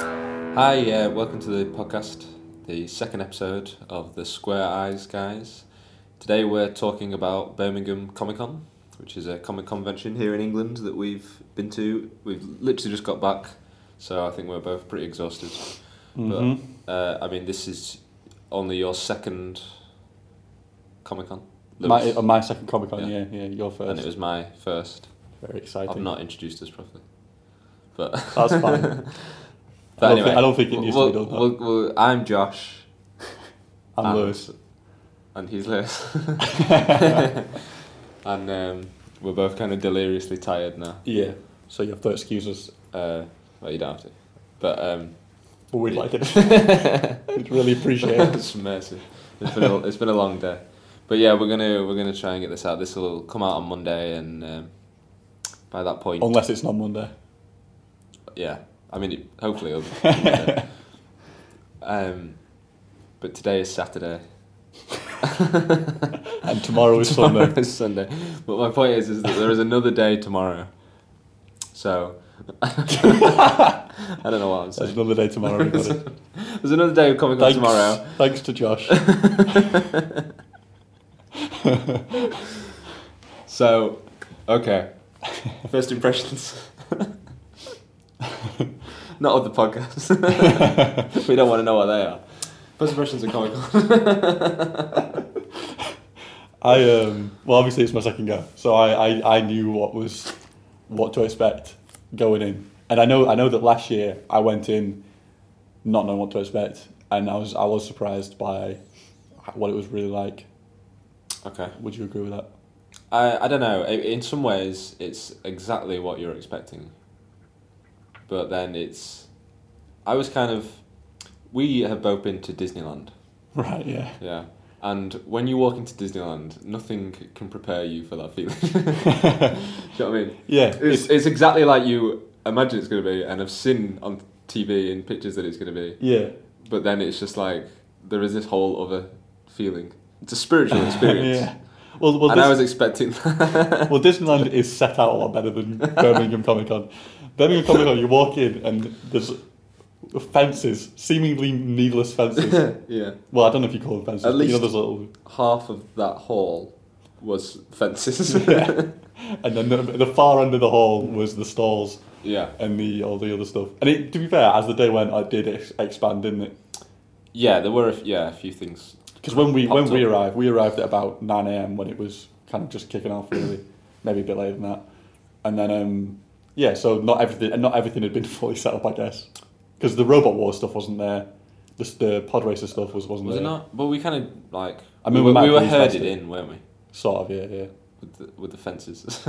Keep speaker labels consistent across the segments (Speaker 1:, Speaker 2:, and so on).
Speaker 1: Hi, uh, welcome to the podcast, the second episode of the Square Eyes Guys. Today we're talking about Birmingham Comic Con, which is a comic convention here in England that we've been to. We've literally just got back, so I think we're both pretty exhausted.
Speaker 2: Mhm.
Speaker 1: But uh, I mean, this is only your second Comic Con,
Speaker 2: My,
Speaker 1: Lewis,
Speaker 2: uh, my second Comic Con,
Speaker 1: Yeah.
Speaker 2: yeah. yeah, your
Speaker 1: and
Speaker 2: first.
Speaker 1: it was my first.
Speaker 2: Very
Speaker 1: I've
Speaker 2: exciting.
Speaker 1: not introduced us properly, but
Speaker 2: That's fine.
Speaker 1: But
Speaker 2: I don't
Speaker 1: anyway,
Speaker 2: think- I don't think it needs to be
Speaker 1: we'll-
Speaker 2: done, huh?
Speaker 1: we'll- we'll- I'm Josh.
Speaker 2: I'm
Speaker 1: and-
Speaker 2: Lewis.
Speaker 1: and he's Lewis. and um, we're both kind of deliriously tired now.
Speaker 2: Yeah, so you have to excuse us.
Speaker 1: Uh, well, you don't have to, but um,
Speaker 2: But "Oh, we'd like it.
Speaker 1: it.
Speaker 2: We'd really appreciate it.
Speaker 1: it's mercy. It's been a, it's been a long day, but yeah, we're gonna we're gonna try and get this out. This will come out on Monday, and um, by that point,
Speaker 2: Unless it's not Monday.
Speaker 1: yeah, I mean, it, hopefully it'll. Be Monday. um, but today is Saturday.
Speaker 2: And tomorrow is
Speaker 1: Tomorrow
Speaker 2: Sunday.
Speaker 1: is Sunday. But my point is, is that there is another day tomorrow. So I don't know what I'm
Speaker 2: There's
Speaker 1: saying.
Speaker 2: another day tomorrow, everybody.
Speaker 1: There's another day of Comic Con
Speaker 2: Thanks,
Speaker 1: tomorrow.
Speaker 2: thanks to Josh.
Speaker 1: So, okay. First impressions. Not of the podcast. we don't want to know what they are. First impressions of Comic Con.
Speaker 2: I um well obviously it's my second go, so I, I, I knew what was what to expect going in, and I know I know that last year I went in not knowing what to expect, and I was I was surprised by what it was really like.
Speaker 1: Okay.
Speaker 2: Would you agree with that?
Speaker 1: I, I don't know. I- In some ways, it's exactly what you're expecting. But then it's. I was kind of. We have both been to Disneyland.
Speaker 2: Right, yeah.
Speaker 1: Yeah. And when you walk into Disneyland, nothing can prepare you for that feeling. Do you know what I mean?
Speaker 2: Yeah,
Speaker 1: It's, it's, exactly like you imagine it's going to be and have seen on TV and pictures that it's going to be.
Speaker 2: yeah.
Speaker 1: But then it's just like there is this whole other feeling. It's a spiritual experience.
Speaker 2: yeah. Well, well,
Speaker 1: and I
Speaker 2: Dis-
Speaker 1: was expecting
Speaker 2: well, Disneyland is set out a lot better than Birmingham Comic Con. Birmingham Comic Con, you walk in and there's fences, seemingly needless fences.
Speaker 1: yeah.
Speaker 2: Well, I don't know if you call them fences.
Speaker 1: At
Speaker 2: but you know
Speaker 1: least-
Speaker 2: those little,
Speaker 1: half of that hall was fences.
Speaker 2: Yeah. and then the, the far end of the hall was the stalls
Speaker 1: yeah.
Speaker 2: and the all the other stuff. And it, to be fair, as the day went, I did ex- expand, didn't it?
Speaker 1: Yeah, there were a f- yeah, a few things.
Speaker 2: Because when we when
Speaker 1: Popped
Speaker 2: we
Speaker 1: up.
Speaker 2: arrived, we arrived at about nine a.m. when it was kind of just kicking off, really, maybe a bit later than that. And then um, yeah, so not everything and not everything had been fully set up, I guess, because the robot war stuff wasn't there, the the pod racer stuff was wasn't
Speaker 1: Was
Speaker 2: there.
Speaker 1: it not? But we kind of like
Speaker 2: I mean,
Speaker 1: we,
Speaker 2: we might
Speaker 1: we
Speaker 2: have
Speaker 1: were
Speaker 2: been
Speaker 1: herded
Speaker 2: faster.
Speaker 1: in, weren't we?
Speaker 2: Sort of, yeah, yeah.
Speaker 1: With the, with the fences.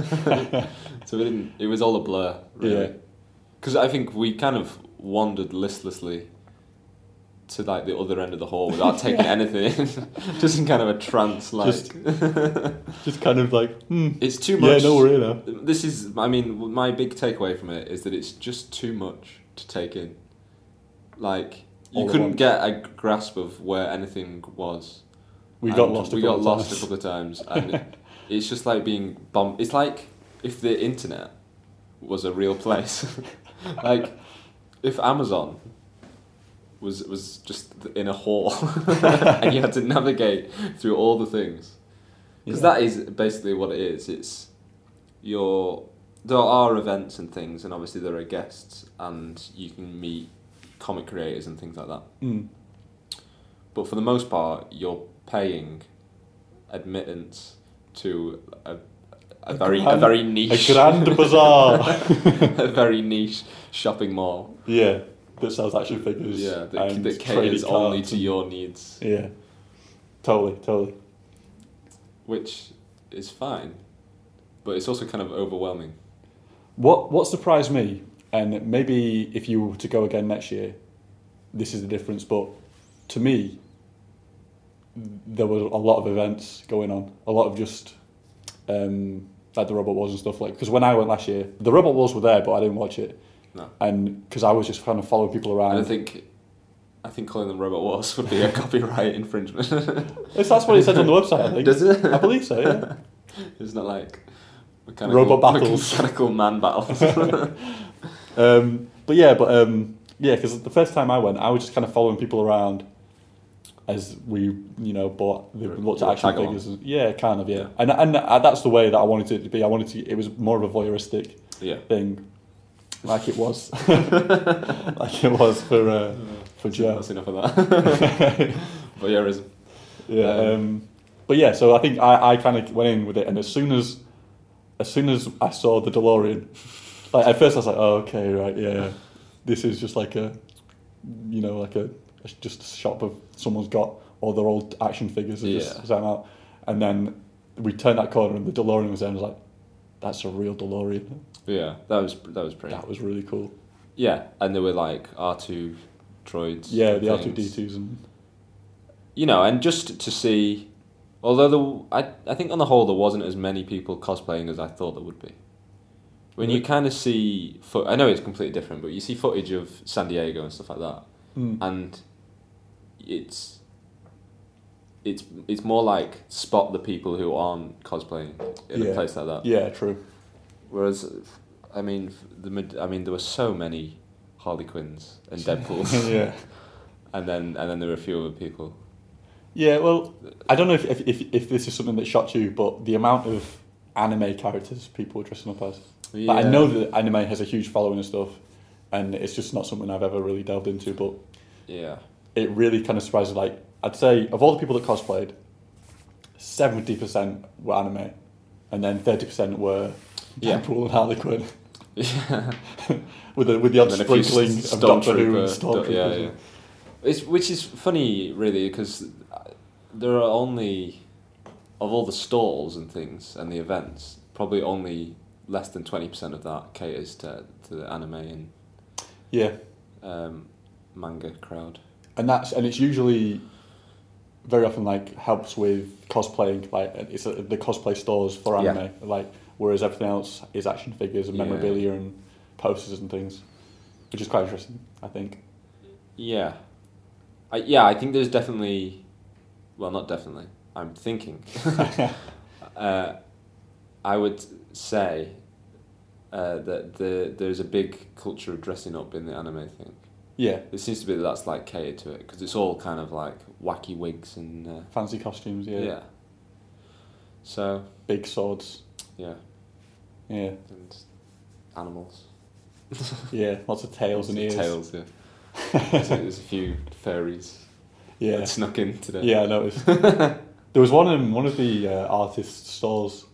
Speaker 1: so we didn't it was all a blur,
Speaker 2: Yeah.
Speaker 1: really. Cuz I think we kind of wandered listlessly to like the other end of the hall without taking anything. Just in kind of a trance like
Speaker 2: Just- Just kind of like, hmm,
Speaker 1: it's too
Speaker 2: yeah,
Speaker 1: much.
Speaker 2: no, we're here now.
Speaker 1: This is, I mean, my big takeaway from it is that it's just too much to take in. Like, you
Speaker 2: All at
Speaker 1: couldn't
Speaker 2: once.
Speaker 1: get a grasp of where anything was.
Speaker 2: We
Speaker 1: And
Speaker 2: got lost.
Speaker 1: We
Speaker 2: a
Speaker 1: got
Speaker 2: couple of
Speaker 1: lost
Speaker 2: times.
Speaker 1: a couple of times, and it- it's just like being bombed. It's like if the internet was a real place, like if Amazon was was just in a hall, and you had to navigate through all the things. Because
Speaker 2: Yeah.
Speaker 1: that is basically what it is. It's your there are events and things, and obviously there are guests, and you can meet comic creators and things like that.
Speaker 2: Mm.
Speaker 1: But for the most part, you're paying admittance to a, a,
Speaker 2: A
Speaker 1: very a
Speaker 2: grand-
Speaker 1: very
Speaker 2: A
Speaker 1: niche
Speaker 2: grand bazaar.
Speaker 1: a very niche shopping mall.
Speaker 2: yeah, that sells action figures.
Speaker 1: Yeah, that,
Speaker 2: and
Speaker 1: that
Speaker 2: trading
Speaker 1: caters only
Speaker 2: cards
Speaker 1: to
Speaker 2: and-
Speaker 1: your needs,
Speaker 2: Yeah, totally, totally.
Speaker 1: which is fine, but it's also kind of overwhelming.
Speaker 2: What what surprised me, and maybe if you were to go again next year, this is the difference. But to me, there were a lot of events going on, a lot of just um, like the robot wars and stuff like. Because when I went last year, the robot wars were there, but I didn't watch it.
Speaker 1: No.
Speaker 2: And because I was just kind of following people
Speaker 1: I
Speaker 2: around.
Speaker 1: don't think. I think calling them robot wars would be a copyright infringement.
Speaker 2: It's- that's what it says on the website. I think.
Speaker 1: Does it?
Speaker 2: I believe so. Yeah.
Speaker 1: It's not like mechanical
Speaker 2: Robot battles.
Speaker 1: mechanical man battles.
Speaker 2: Um, but yeah, but um, Yeah, because the first time I went, I was just kind of following people around as we, you know, bought the
Speaker 1: Right.
Speaker 2: looked at
Speaker 1: Yeah,
Speaker 2: action
Speaker 1: tag along.
Speaker 2: figures. and- Yeah, kind of. Yeah,
Speaker 1: Yeah.
Speaker 2: and and uh, that's the way that I wanted it to be. I wanted to. It was more of a voyeuristic
Speaker 1: Yeah.
Speaker 2: thing, like it was, like it was for uh, for Joe.
Speaker 1: That's enough of that. but yeah, it's-
Speaker 2: Yeah.
Speaker 1: Um,
Speaker 2: Um, but yeah, so I think I, I kind of went in with it, and as soon as, as soon as I saw the DeLorean, like at first I was like, oh okay, right, yeah, this is just like a, you know, like a it's just a shop of someone's got all their old action figures and
Speaker 1: Yeah.
Speaker 2: just set 'em out, and then we turned that corner and the DeLorean was there, and I was like, that's a real DeLorean.
Speaker 1: yeah, that was that was pretty.
Speaker 2: That was really cool.
Speaker 1: Yeah, and there were like R two droids.
Speaker 2: Yeah,
Speaker 1: and
Speaker 2: the R two D
Speaker 1: things.
Speaker 2: twos and
Speaker 1: You know, and just to see, although the I I think on the whole there wasn't as many people cosplaying as I thought there would be. When you
Speaker 2: Really?
Speaker 1: kind of see, fo- I know it's completely different, but you see footage of San Diego and stuff like that,
Speaker 2: Mm.
Speaker 1: and it's it's it's more like spot the people who aren't cosplaying in
Speaker 2: Yeah.
Speaker 1: a place like that.
Speaker 2: yeah, true.
Speaker 1: Whereas, I mean, the mid- I mean, there were so many Harley Quinns and Deadpool's,
Speaker 2: yeah.
Speaker 1: and then and then there were a few other people.
Speaker 2: Yeah, well, I don't know if, if, if, if this is something that shocked you, but the amount of anime characters people were dressing up as.
Speaker 1: Yeah.
Speaker 2: Like, I know that anime has a huge following and stuff, and it's just not something I've ever really delved into, but
Speaker 1: Yeah.
Speaker 2: it really kind of surprises. Like, I'd say of all the people that cosplayed, 70% were anime, and then 30% were
Speaker 1: Yeah.
Speaker 2: Deadpool and Harley Quinn,
Speaker 1: Yeah.
Speaker 2: with the, with the odd
Speaker 1: And then a few
Speaker 2: sprinkling
Speaker 1: s-
Speaker 2: of Doctor Who and
Speaker 1: Stormtrooper-
Speaker 2: Stormtroopers.
Speaker 1: yeah, yeah. It's which is funny, really, because there are only of all the stalls and things and the events, probably only less than twenty percent of that caters to to the anime and
Speaker 2: yeah.
Speaker 1: um, manga crowd.
Speaker 2: and that's and it's usually very often like helps with cosplaying like it's uh the cosplay stores for
Speaker 1: Yeah.
Speaker 2: anime like whereas everything else is action figures and
Speaker 1: Yeah.
Speaker 2: memorabilia and posters and things which is quite interesting i think
Speaker 1: Yeah. I, yeah, I think there's definitely, well, not definitely. I'm thinking. uh, I would say uh, that the there's a big culture of dressing up in the anime thing.
Speaker 2: yeah
Speaker 1: It seems to be that that's like catered to it because it's all kind of like wacky wigs and uh,
Speaker 2: fancy costumes yeah,
Speaker 1: yeah. So
Speaker 2: big swords
Speaker 1: yeah,
Speaker 2: yeah
Speaker 1: and animals.
Speaker 2: yeah lots of tails and ears
Speaker 1: Tails. Yeah. there's, a, there's a few fairies
Speaker 2: yeah
Speaker 1: that snuck in today.
Speaker 2: Yeah, I noticed. there was one um, one of the uh, artist stalls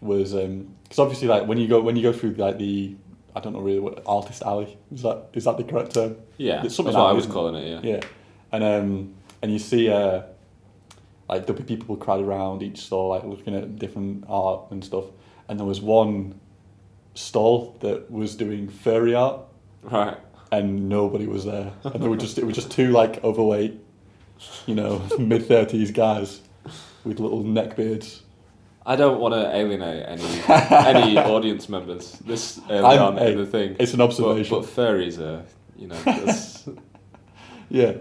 Speaker 2: was because obviously like when you go when you go through like the I don't know really what artist alley is that is that the correct term?
Speaker 1: Yeah.
Speaker 2: It's
Speaker 1: That's
Speaker 2: something
Speaker 1: what
Speaker 2: like
Speaker 1: I
Speaker 2: that,
Speaker 1: was
Speaker 2: isn't it?
Speaker 1: calling it.
Speaker 2: Yeah, and um, and you see uh, like there'll be people crowded around each stall like looking at different art and stuff, and there was one stall that was doing furry art
Speaker 1: Right.
Speaker 2: and nobody was there. And they were just it was just two like overweight, you know, mid thirties guys with little neck beards.
Speaker 1: I don't want to alienate any any audience members this early
Speaker 2: I'm-
Speaker 1: on
Speaker 2: hey,
Speaker 1: in the thing.
Speaker 2: It's an
Speaker 1: But,
Speaker 2: observation.
Speaker 1: but fairies are, you know, that's,
Speaker 2: yeah.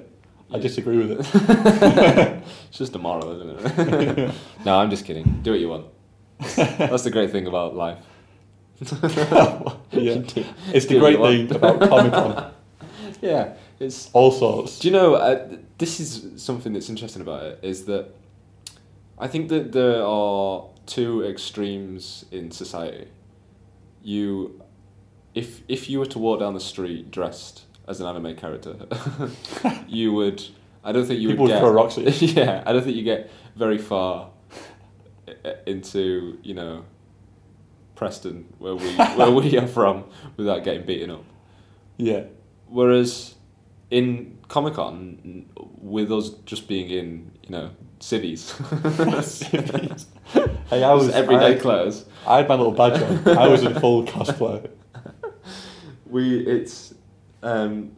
Speaker 2: I disagree with it.
Speaker 1: it's just a moral, isn't it? no, I'm just kidding. Do what you want. That's the great thing about life.
Speaker 2: yeah.
Speaker 1: Do-
Speaker 2: It's the
Speaker 1: do what
Speaker 2: great
Speaker 1: you want.
Speaker 2: thing about Comic Con.
Speaker 1: Yeah, it's.
Speaker 2: All sorts.
Speaker 1: Do you know? Uh, th- this is something that's interesting about it is that I think that there are two extremes in society. You, if if you were to walk down the street dressed as an anime character, you would. I don't think you
Speaker 2: People
Speaker 1: would
Speaker 2: would
Speaker 1: get.
Speaker 2: throw rocks at
Speaker 1: yeah, I don't think you get very far i- i- into you know Preston, where we where we are from, without getting beaten up.
Speaker 2: Yeah.
Speaker 1: Whereas in Comic Con, with us just being in you know cities,
Speaker 2: Cities. Hey, I was
Speaker 1: Just everyday
Speaker 2: I,
Speaker 1: clothes.
Speaker 2: I had my little badge on. I was in full cosplay.
Speaker 1: We it's um.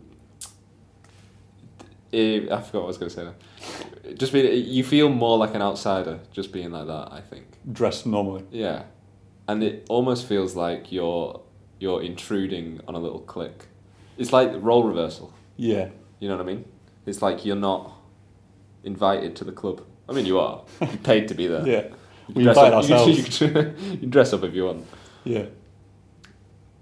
Speaker 1: eh, I forgot what I was going to say. now. Just be, you feel more like an outsider just being like that. I think.
Speaker 2: Dressed normally.
Speaker 1: Yeah, and it almost feels like you're you're intruding on a little clique. It's like role reversal.
Speaker 2: Yeah.
Speaker 1: You know what I mean? It's like you're not invited to the club. I mean, you are. You paid to be there.
Speaker 2: Yeah.
Speaker 1: You
Speaker 2: We
Speaker 1: dress
Speaker 2: invited
Speaker 1: up- you-
Speaker 2: ourselves.
Speaker 1: You, you dress up if you want.
Speaker 2: Yeah.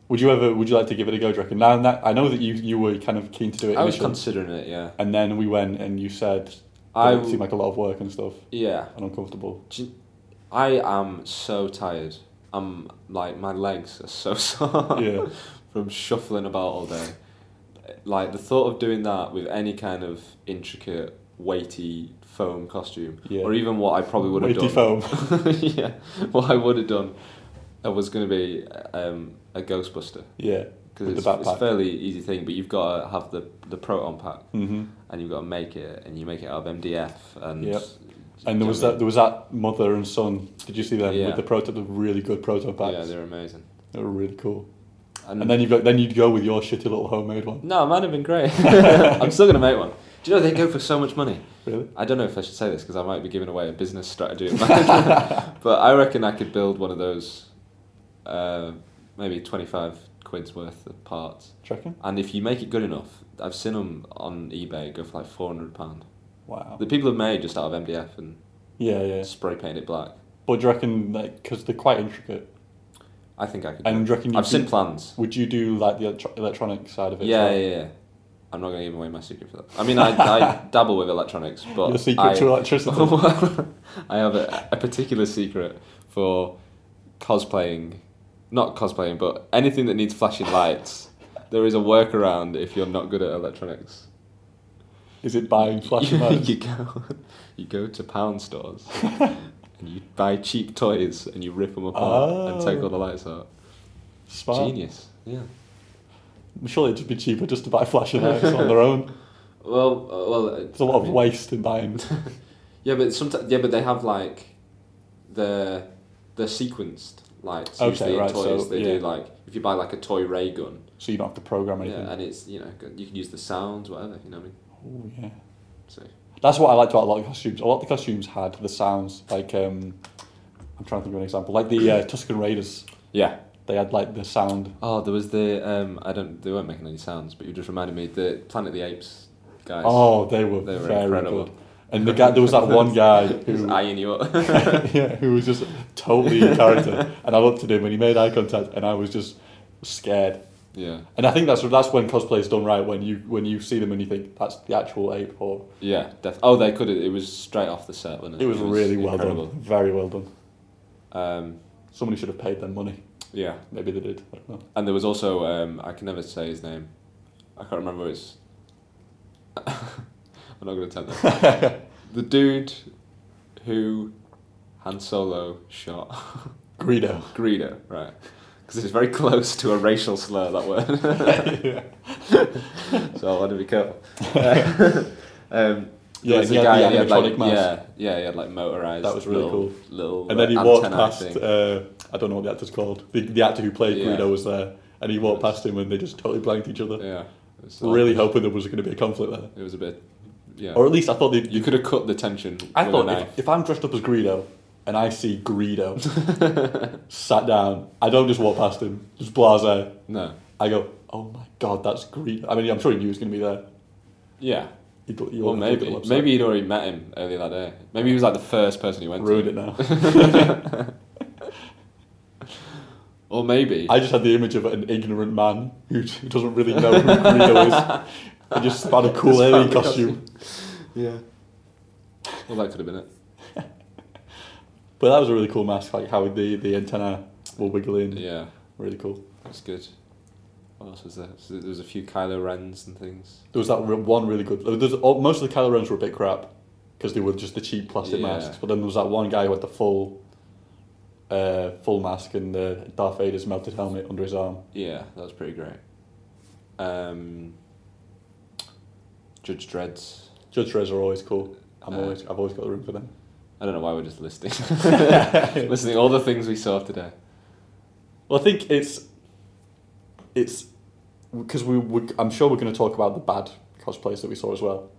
Speaker 2: Would you ever? Would you like to give it a go? Do you reckon? Now that I know that you you were kind of keen to do it
Speaker 1: I was
Speaker 2: initially,
Speaker 1: considering it, yeah.
Speaker 2: and then we went and you said
Speaker 1: I
Speaker 2: it
Speaker 1: w-
Speaker 2: seemed like a lot of work and stuff
Speaker 1: Yeah.
Speaker 2: and uncomfortable.
Speaker 1: I am so tired. I'm like my legs are so sore
Speaker 2: Yeah.
Speaker 1: from shuffling about all day. Like the thought of doing that with any kind of intricate, weighty foam costume,
Speaker 2: Yeah.
Speaker 1: or even what I probably would have
Speaker 2: Weighty
Speaker 1: done.
Speaker 2: foam.
Speaker 1: yeah, what I would have done, I was going to be um, a Ghostbuster
Speaker 2: Yeah.
Speaker 1: because
Speaker 2: With
Speaker 1: it's,
Speaker 2: the
Speaker 1: it's a
Speaker 2: backpack.
Speaker 1: fairly easy thing, but you've got to have the the proton pack
Speaker 2: hmm
Speaker 1: and you've got to make it, and you make it out of MDF and.
Speaker 2: Yep.
Speaker 1: Do you
Speaker 2: And
Speaker 1: know
Speaker 2: there was
Speaker 1: what I
Speaker 2: that there was that mother and son. Did you see them
Speaker 1: Yeah.
Speaker 2: with the proto the really good prototypes?
Speaker 1: mean? Yeah, they're amazing.
Speaker 2: They were really cool. And then you go then you'd go with your shitty little homemade one.
Speaker 1: No, it might have been great. I'm still going to make one. Do you know they go for so much money?
Speaker 2: Really?
Speaker 1: I don't know if I should say this because I might be giving away a business strategy. but I reckon I could build one of those, uh, maybe 25 quid's worth of parts.
Speaker 2: Do you reckon?
Speaker 1: And if you make it good enough, I've seen them on eBay go for like £400.
Speaker 2: Wow.
Speaker 1: The people have made just out of MDF and
Speaker 2: Yeah, yeah.
Speaker 1: spray painted it black.
Speaker 2: But do you reckon like because they're quite intricate?
Speaker 1: I think I could. do
Speaker 2: And
Speaker 1: it.
Speaker 2: do you reckon you'd
Speaker 1: I've seen
Speaker 2: do-
Speaker 1: plans.
Speaker 2: Would you do like the electro- electronic side of it? as
Speaker 1: Yeah,
Speaker 2: well?
Speaker 1: yeah, yeah. I'm not going to give away my secret for that. I mean, I, I dabble with electronics, but.
Speaker 2: Your secret
Speaker 1: I,
Speaker 2: to electricity.
Speaker 1: Well, I have a, a particular secret for cosplaying, not cosplaying, but anything that needs flashing lights. There is a workaround if you're not good at electronics.
Speaker 2: Is it buying flashing
Speaker 1: you,
Speaker 2: lights?
Speaker 1: you go, you go to pound stores and you buy cheap toys and you rip them apart and
Speaker 2: Oh.
Speaker 1: take all the lights out.
Speaker 2: Smart.
Speaker 1: Genius. Yeah.
Speaker 2: Surely it'd just be cheaper just to buy flashing lights on their own.
Speaker 1: Well, uh, well, uh,
Speaker 2: There's a lot
Speaker 1: I
Speaker 2: of
Speaker 1: mean-
Speaker 2: waste in buying.
Speaker 1: Yeah, but sometimes yeah, but they have like the the sequenced lights
Speaker 2: Okay,
Speaker 1: usually in
Speaker 2: right,
Speaker 1: toys.
Speaker 2: so,
Speaker 1: they
Speaker 2: yeah.
Speaker 1: do like if you buy like a toy ray gun,
Speaker 2: So you don't have to program anything.
Speaker 1: yeah, and it's you know good- you can use the sounds whatever you know what I mean.
Speaker 2: Oh yeah.
Speaker 1: So
Speaker 2: That's what I liked about a lot of costumes. A lot of the costumes had the sounds like um, I'm trying to think of an example, like the uh, Tuscan Raiders.
Speaker 1: yeah.
Speaker 2: They had like the sound.
Speaker 1: Oh, there was the um I don't they weren't making any sounds, but you just reminded me the Planet of the Apes guys.
Speaker 2: Oh, they were,
Speaker 1: They were
Speaker 2: very
Speaker 1: incredible.
Speaker 2: good. And the guy, there was that one guy
Speaker 1: Just
Speaker 2: who,
Speaker 1: eyeing you up.
Speaker 2: yeah, who was just totally in character. And I looked at him and he made eye contact, and I was just scared.
Speaker 1: yeah,
Speaker 2: And I think that's that's when cosplay is done right. When you when you see them and you think that's the actual ape, or
Speaker 1: yeah. Def- oh, they could. It was straight off the set, wasn't it?
Speaker 2: it was, really well
Speaker 1: incredible.
Speaker 2: done, very well done.
Speaker 1: Um,
Speaker 2: Somebody should have paid them money.
Speaker 1: yeah.
Speaker 2: Maybe they did. I don't know.
Speaker 1: And there was also um, I can never say his name. I can't remember his. I'm not going to attempt that. the dude who Han Solo shot
Speaker 2: Greedo.
Speaker 1: Greedo, right? Because it's very close to a racial slur that word.
Speaker 2: yeah.
Speaker 1: so I want to be careful. um,
Speaker 2: Yeah,
Speaker 1: there
Speaker 2: he had the
Speaker 1: and he had,
Speaker 2: animatronic
Speaker 1: like,
Speaker 2: mask.
Speaker 1: Yeah, yeah, he had like motorized.
Speaker 2: That was really
Speaker 1: little,
Speaker 2: cool.
Speaker 1: Little
Speaker 2: And then he
Speaker 1: like,
Speaker 2: walked
Speaker 1: antenna
Speaker 2: past.
Speaker 1: thing.
Speaker 2: Uh, I don't know what the actor's called. The, the actor who played
Speaker 1: Yeah.
Speaker 2: Greedo was there, and he walked past him, and they just totally blanked each other.
Speaker 1: yeah, it was
Speaker 2: really hoping there was going to be a conflict there,
Speaker 1: It was a bit. Yeah.
Speaker 2: or at least I thought they.
Speaker 1: you could have cut the tension.
Speaker 2: I
Speaker 1: with
Speaker 2: thought
Speaker 1: a knife.
Speaker 2: if, if I'm dressed up as Greedo and I see Greedo sat down, I don't just walk past him, just blase.
Speaker 1: No.
Speaker 2: I go, oh my god, that's Greedo. I mean, I'm sure he knew he was going to be there.
Speaker 1: Yeah.
Speaker 2: He, got- he
Speaker 1: Well,
Speaker 2: wouldn't have
Speaker 1: maybe
Speaker 2: looked at the website.
Speaker 1: maybe he'd already met him earlier that day. Maybe he was like the first person he went
Speaker 2: ruined
Speaker 1: to.
Speaker 2: it now.
Speaker 1: Or maybe
Speaker 2: I just had the image of an ignorant man who, who doesn't really know who Greedo is. I just found a cool
Speaker 1: Just
Speaker 2: alien
Speaker 1: found the
Speaker 2: costume.
Speaker 1: yeah. Well, that could have been it.
Speaker 2: But that was a really cool mask, like how the, the antenna were wiggling.
Speaker 1: Yeah,
Speaker 2: Really cool.
Speaker 1: that's good. What else was there? So there was a few Kylo Rens and things.
Speaker 2: There was that re- one really good. There's, all, most of the Kylo Ren's were a bit crap because they were just the cheap plastic
Speaker 1: Yeah.
Speaker 2: masks. But then there was that one guy who had the full, uh, full mask and the Darth Vader's melted helmet under his arm.
Speaker 1: Yeah, that was pretty great. Um, Judge Dredd's.
Speaker 2: Judge Rez are always cool. I'm
Speaker 1: Uh,
Speaker 2: always, I've always got the room for them.
Speaker 1: I don't know why we're just listing, listing all the things we saw today.
Speaker 2: Well, I think it's it's because we, we I'm sure we're going to talk about the bad cosplays that we saw as well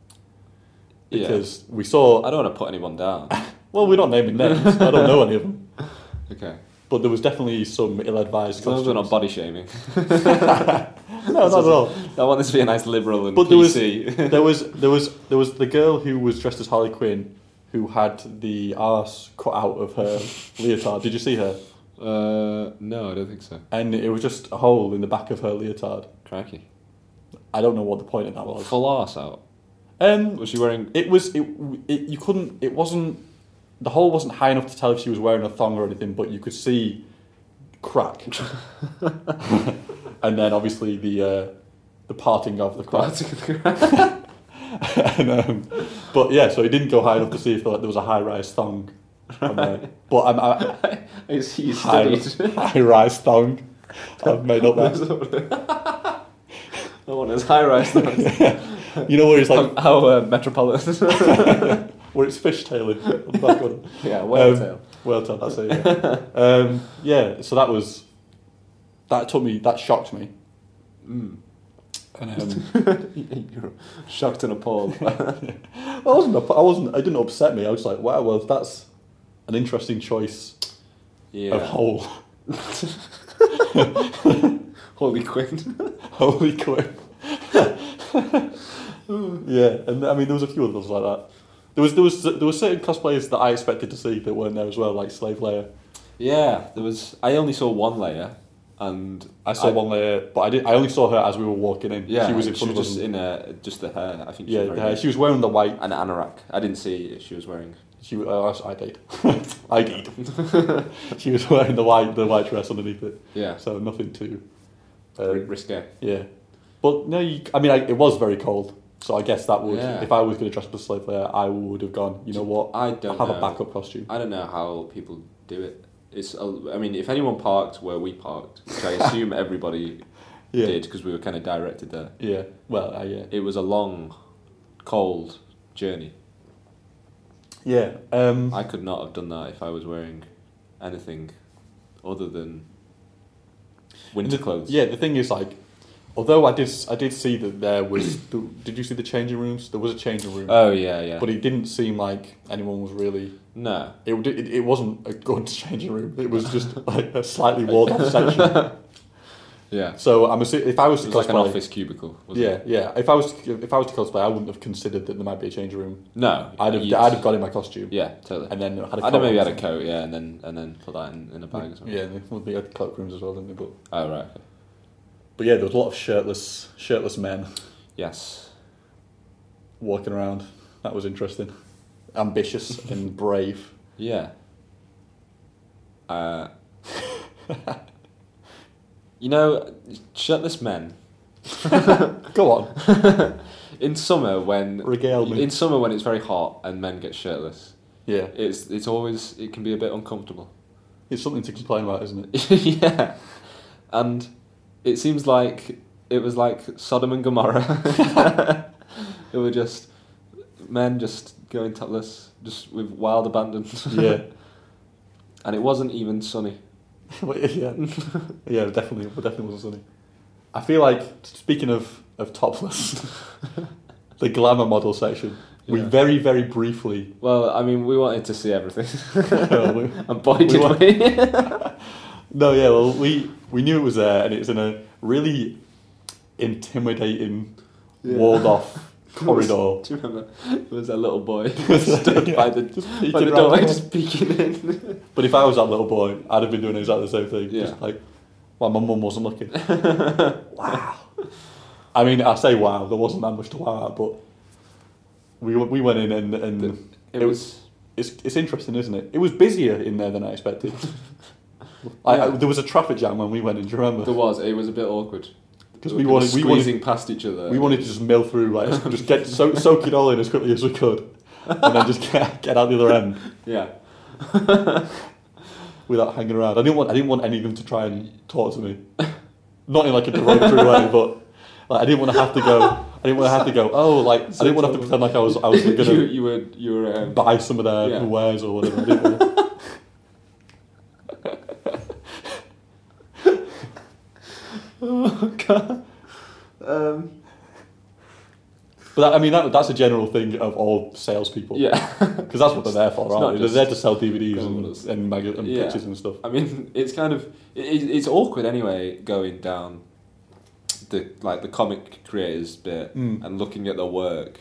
Speaker 2: because we
Speaker 1: yeah. I
Speaker 2: saw
Speaker 1: don't want to put anyone down.
Speaker 2: well we're not naming names I don't know any of them
Speaker 1: Okay.
Speaker 2: but there was definitely some ill-advised
Speaker 1: As long as we're not
Speaker 2: costumes.
Speaker 1: body shaming.
Speaker 2: no not at all
Speaker 1: I want this to be a nice liberal and
Speaker 2: But there was-
Speaker 1: PC.
Speaker 2: there was there was there was the girl who was dressed as Harley Quinn who had the arse cut out of her leotard did you see her
Speaker 1: Uh, no, I don't think so.
Speaker 2: and it was just a hole in the back of her leotard.
Speaker 1: Crikey.
Speaker 2: I don't know what the point of that was.
Speaker 1: Full arse out.
Speaker 2: Um,
Speaker 1: Was she wearing?
Speaker 2: it was it, it you couldn't it wasn't the hole wasn't high enough to tell if she was wearing a thong or anything, but you could see crack, and then obviously the uh, the parting of the crack. and, um, but yeah, so he didn't go high enough to see if there there was a high rise thong. on there. But I'm I,
Speaker 1: It's you
Speaker 2: high,
Speaker 1: studied.
Speaker 2: high rise thong. I've made up that.
Speaker 1: no one has high rise.
Speaker 2: You know where it's like
Speaker 1: How, how uh, metropolitan.
Speaker 2: where it's fishtailing. That's that good.
Speaker 1: yeah,
Speaker 2: Um, Well done, that's it. Yeah. um, yeah, so that was that took me that shocked me.
Speaker 1: Mm.
Speaker 2: And, um,
Speaker 1: You're shocked and appalled.
Speaker 2: I wasn't up- I wasn't it didn't upset me. I was like, wow, well that's an interesting choice of
Speaker 1: Yeah.
Speaker 2: hole.
Speaker 1: Holy Quinn.
Speaker 2: Holy crap. yeah, and I mean there was a few of those like that. There was there was there were certain cosplayers that I expected to see that weren't there as well, like Slave Layer.
Speaker 1: Yeah, there was. I only saw one layer, and
Speaker 2: I saw one layer, but I did. I only saw her as we were walking in.
Speaker 1: Yeah,
Speaker 2: she was in front of us.
Speaker 1: just in a just the hair. I think. She
Speaker 2: yeah,
Speaker 1: was
Speaker 2: the
Speaker 1: wearing
Speaker 2: hair. she was wearing the white
Speaker 1: an anorak. I didn't see if she was wearing.
Speaker 2: She, uh, I did. I did. she was wearing the white, the white dress underneath it,
Speaker 1: Yeah.
Speaker 2: so nothing too.
Speaker 1: Uh,
Speaker 2: Um,
Speaker 1: risque.
Speaker 2: yeah, but no, you, I mean, I, it was very cold, so I guess that would.
Speaker 1: Yeah.
Speaker 2: If I was going to dress up as a slave player, I would have gone. You know what?
Speaker 1: I
Speaker 2: I
Speaker 1: don't
Speaker 2: have
Speaker 1: know.
Speaker 2: a backup costume.
Speaker 1: I don't know how people do it. It's. a- I mean, if anyone parked where we parked, which I assume everybody
Speaker 2: Yeah,
Speaker 1: did because we were kind of directed there.
Speaker 2: yeah. Well, uh, yeah,
Speaker 1: It was a long, cold journey.
Speaker 2: yeah. Um,
Speaker 1: I could not have done that if I was wearing anything other than winter
Speaker 2: the-
Speaker 1: clothes.
Speaker 2: Yeah, the thing is like. Although I did, I did see that there was. the, did you see the changing rooms? There was a changing room,
Speaker 1: Oh yeah, yeah.
Speaker 2: but it didn't seem like anyone was really
Speaker 1: no.
Speaker 2: It, would- it, it wasn't a good changing room. It was just like a slightly walled off section.
Speaker 1: Yeah. It
Speaker 2: So I'm assu- if I was
Speaker 1: was
Speaker 2: to
Speaker 1: like an
Speaker 2: cosplay,
Speaker 1: office cubicle. Wasn't
Speaker 2: yeah,
Speaker 1: It?
Speaker 2: yeah. If I was to, if I was to cosplay, I wouldn't have considered that there might be a changing room.
Speaker 1: No.
Speaker 2: I'd have
Speaker 1: you'd-
Speaker 2: I'd have got in my costume
Speaker 1: Yeah, totally.
Speaker 2: and then had a
Speaker 1: I'd have maybe
Speaker 2: on.
Speaker 1: had a coat, yeah, and then and then put that in, in a bag or something.
Speaker 2: yeah. There would be had cloakrooms as well, didn't there? But
Speaker 1: Oh right. okay.
Speaker 2: but yeah, there was a lot of shirtless shirtless men
Speaker 1: Yes.
Speaker 2: walking around. That was interesting, ambitious and brave.
Speaker 1: Yeah. Uh, you know, shirtless men
Speaker 2: Go on,
Speaker 1: in summer when
Speaker 2: regale me.
Speaker 1: in summer when it's very hot and men get shirtless,
Speaker 2: Yeah,
Speaker 1: it's it's always it can be a bit uncomfortable.
Speaker 2: it's something to complain about, isn't it?
Speaker 1: yeah, and it seems like it was like Sodom and Gomorrah. it were just men just going topless, just with wild abandon.
Speaker 2: Yeah.
Speaker 1: and it wasn't even sunny.
Speaker 2: Well, yeah, yeah, it definitely, it definitely wasn't sunny. I feel like speaking of of topless, the glamour model section. We
Speaker 1: Yeah.
Speaker 2: very, very briefly.
Speaker 1: Well, I mean, we wanted to see everything,
Speaker 2: well, we-
Speaker 1: and boy did
Speaker 2: We wa-
Speaker 1: we!
Speaker 2: no, yeah, well, we we knew it was there, and it was in a really intimidating,
Speaker 1: Yeah.
Speaker 2: walled off corridor.
Speaker 1: Do you remember? It was a little boy stood by the,
Speaker 2: Just
Speaker 1: by
Speaker 2: peeking
Speaker 1: the
Speaker 2: around
Speaker 1: door,
Speaker 2: the door.
Speaker 1: just peeking in.
Speaker 2: But if I was that little boy, I'd have been doing exactly the same thing.
Speaker 1: Yeah.
Speaker 2: Just like, well, my mum wasn't looking. wow. I mean, I say wow, there wasn't that much to wow at, but we, w- we went in and, and
Speaker 1: The-
Speaker 2: it was it's, it's interesting, isn't it? It was busier in there than I expected. I, I,
Speaker 1: Yeah.
Speaker 2: there was a traffic jam when we went in, do you
Speaker 1: There
Speaker 2: remember?
Speaker 1: was. It was a bit awkward.
Speaker 2: Because
Speaker 1: There
Speaker 2: we
Speaker 1: were
Speaker 2: wanted,
Speaker 1: people
Speaker 2: we, wanted,
Speaker 1: squeezing past each other.
Speaker 2: we wanted to just mill through, like, just get so, soak it all in as quickly as we could, and then just get, get out the other end.
Speaker 1: Yeah.
Speaker 2: without hanging around. I didn't want I didn't want any of them to try and talk to me. Not in like a derogatory way, but like I didn't want to have to go. I didn't want to have to go. Oh, like I didn't want to have to pretend like I was I was
Speaker 1: you,
Speaker 2: gonna
Speaker 1: you were you were um,
Speaker 2: buy some of their
Speaker 1: Yeah.
Speaker 2: wares or whatever. I didn't wanna-
Speaker 1: um,
Speaker 2: But that, I mean that that's a general thing of all salespeople.
Speaker 1: yeah.
Speaker 2: Because that's what they're there for,
Speaker 1: It's not
Speaker 2: aren't they? They're
Speaker 1: just
Speaker 2: there to sell DVDs
Speaker 1: goals.
Speaker 2: and and, mag- and
Speaker 1: Yeah.
Speaker 2: pictures and stuff.
Speaker 1: I mean, it's kind of it, it- it's awkward anyway going down the like the comic creators bit
Speaker 2: Mm.
Speaker 1: and looking at their work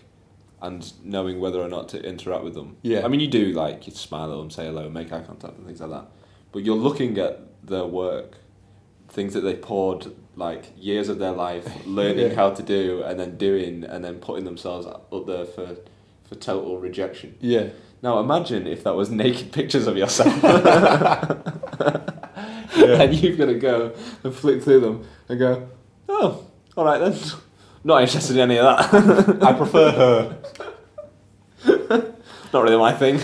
Speaker 1: and knowing whether or not to interact with them.
Speaker 2: Yeah.
Speaker 1: I mean, you do like you smile at them, say hello, make eye contact, and things like that. but you're looking at their work, things that they poured like years of their life learning
Speaker 2: Yeah.
Speaker 1: how to do and then doing and then putting themselves up there for, for total rejection.
Speaker 2: Yeah.
Speaker 1: Now imagine if that was naked pictures of yourself. And you've got to go and flick through them and go, oh, all right then. Not interested in any of that.
Speaker 2: I prefer her.
Speaker 1: Not really my thing.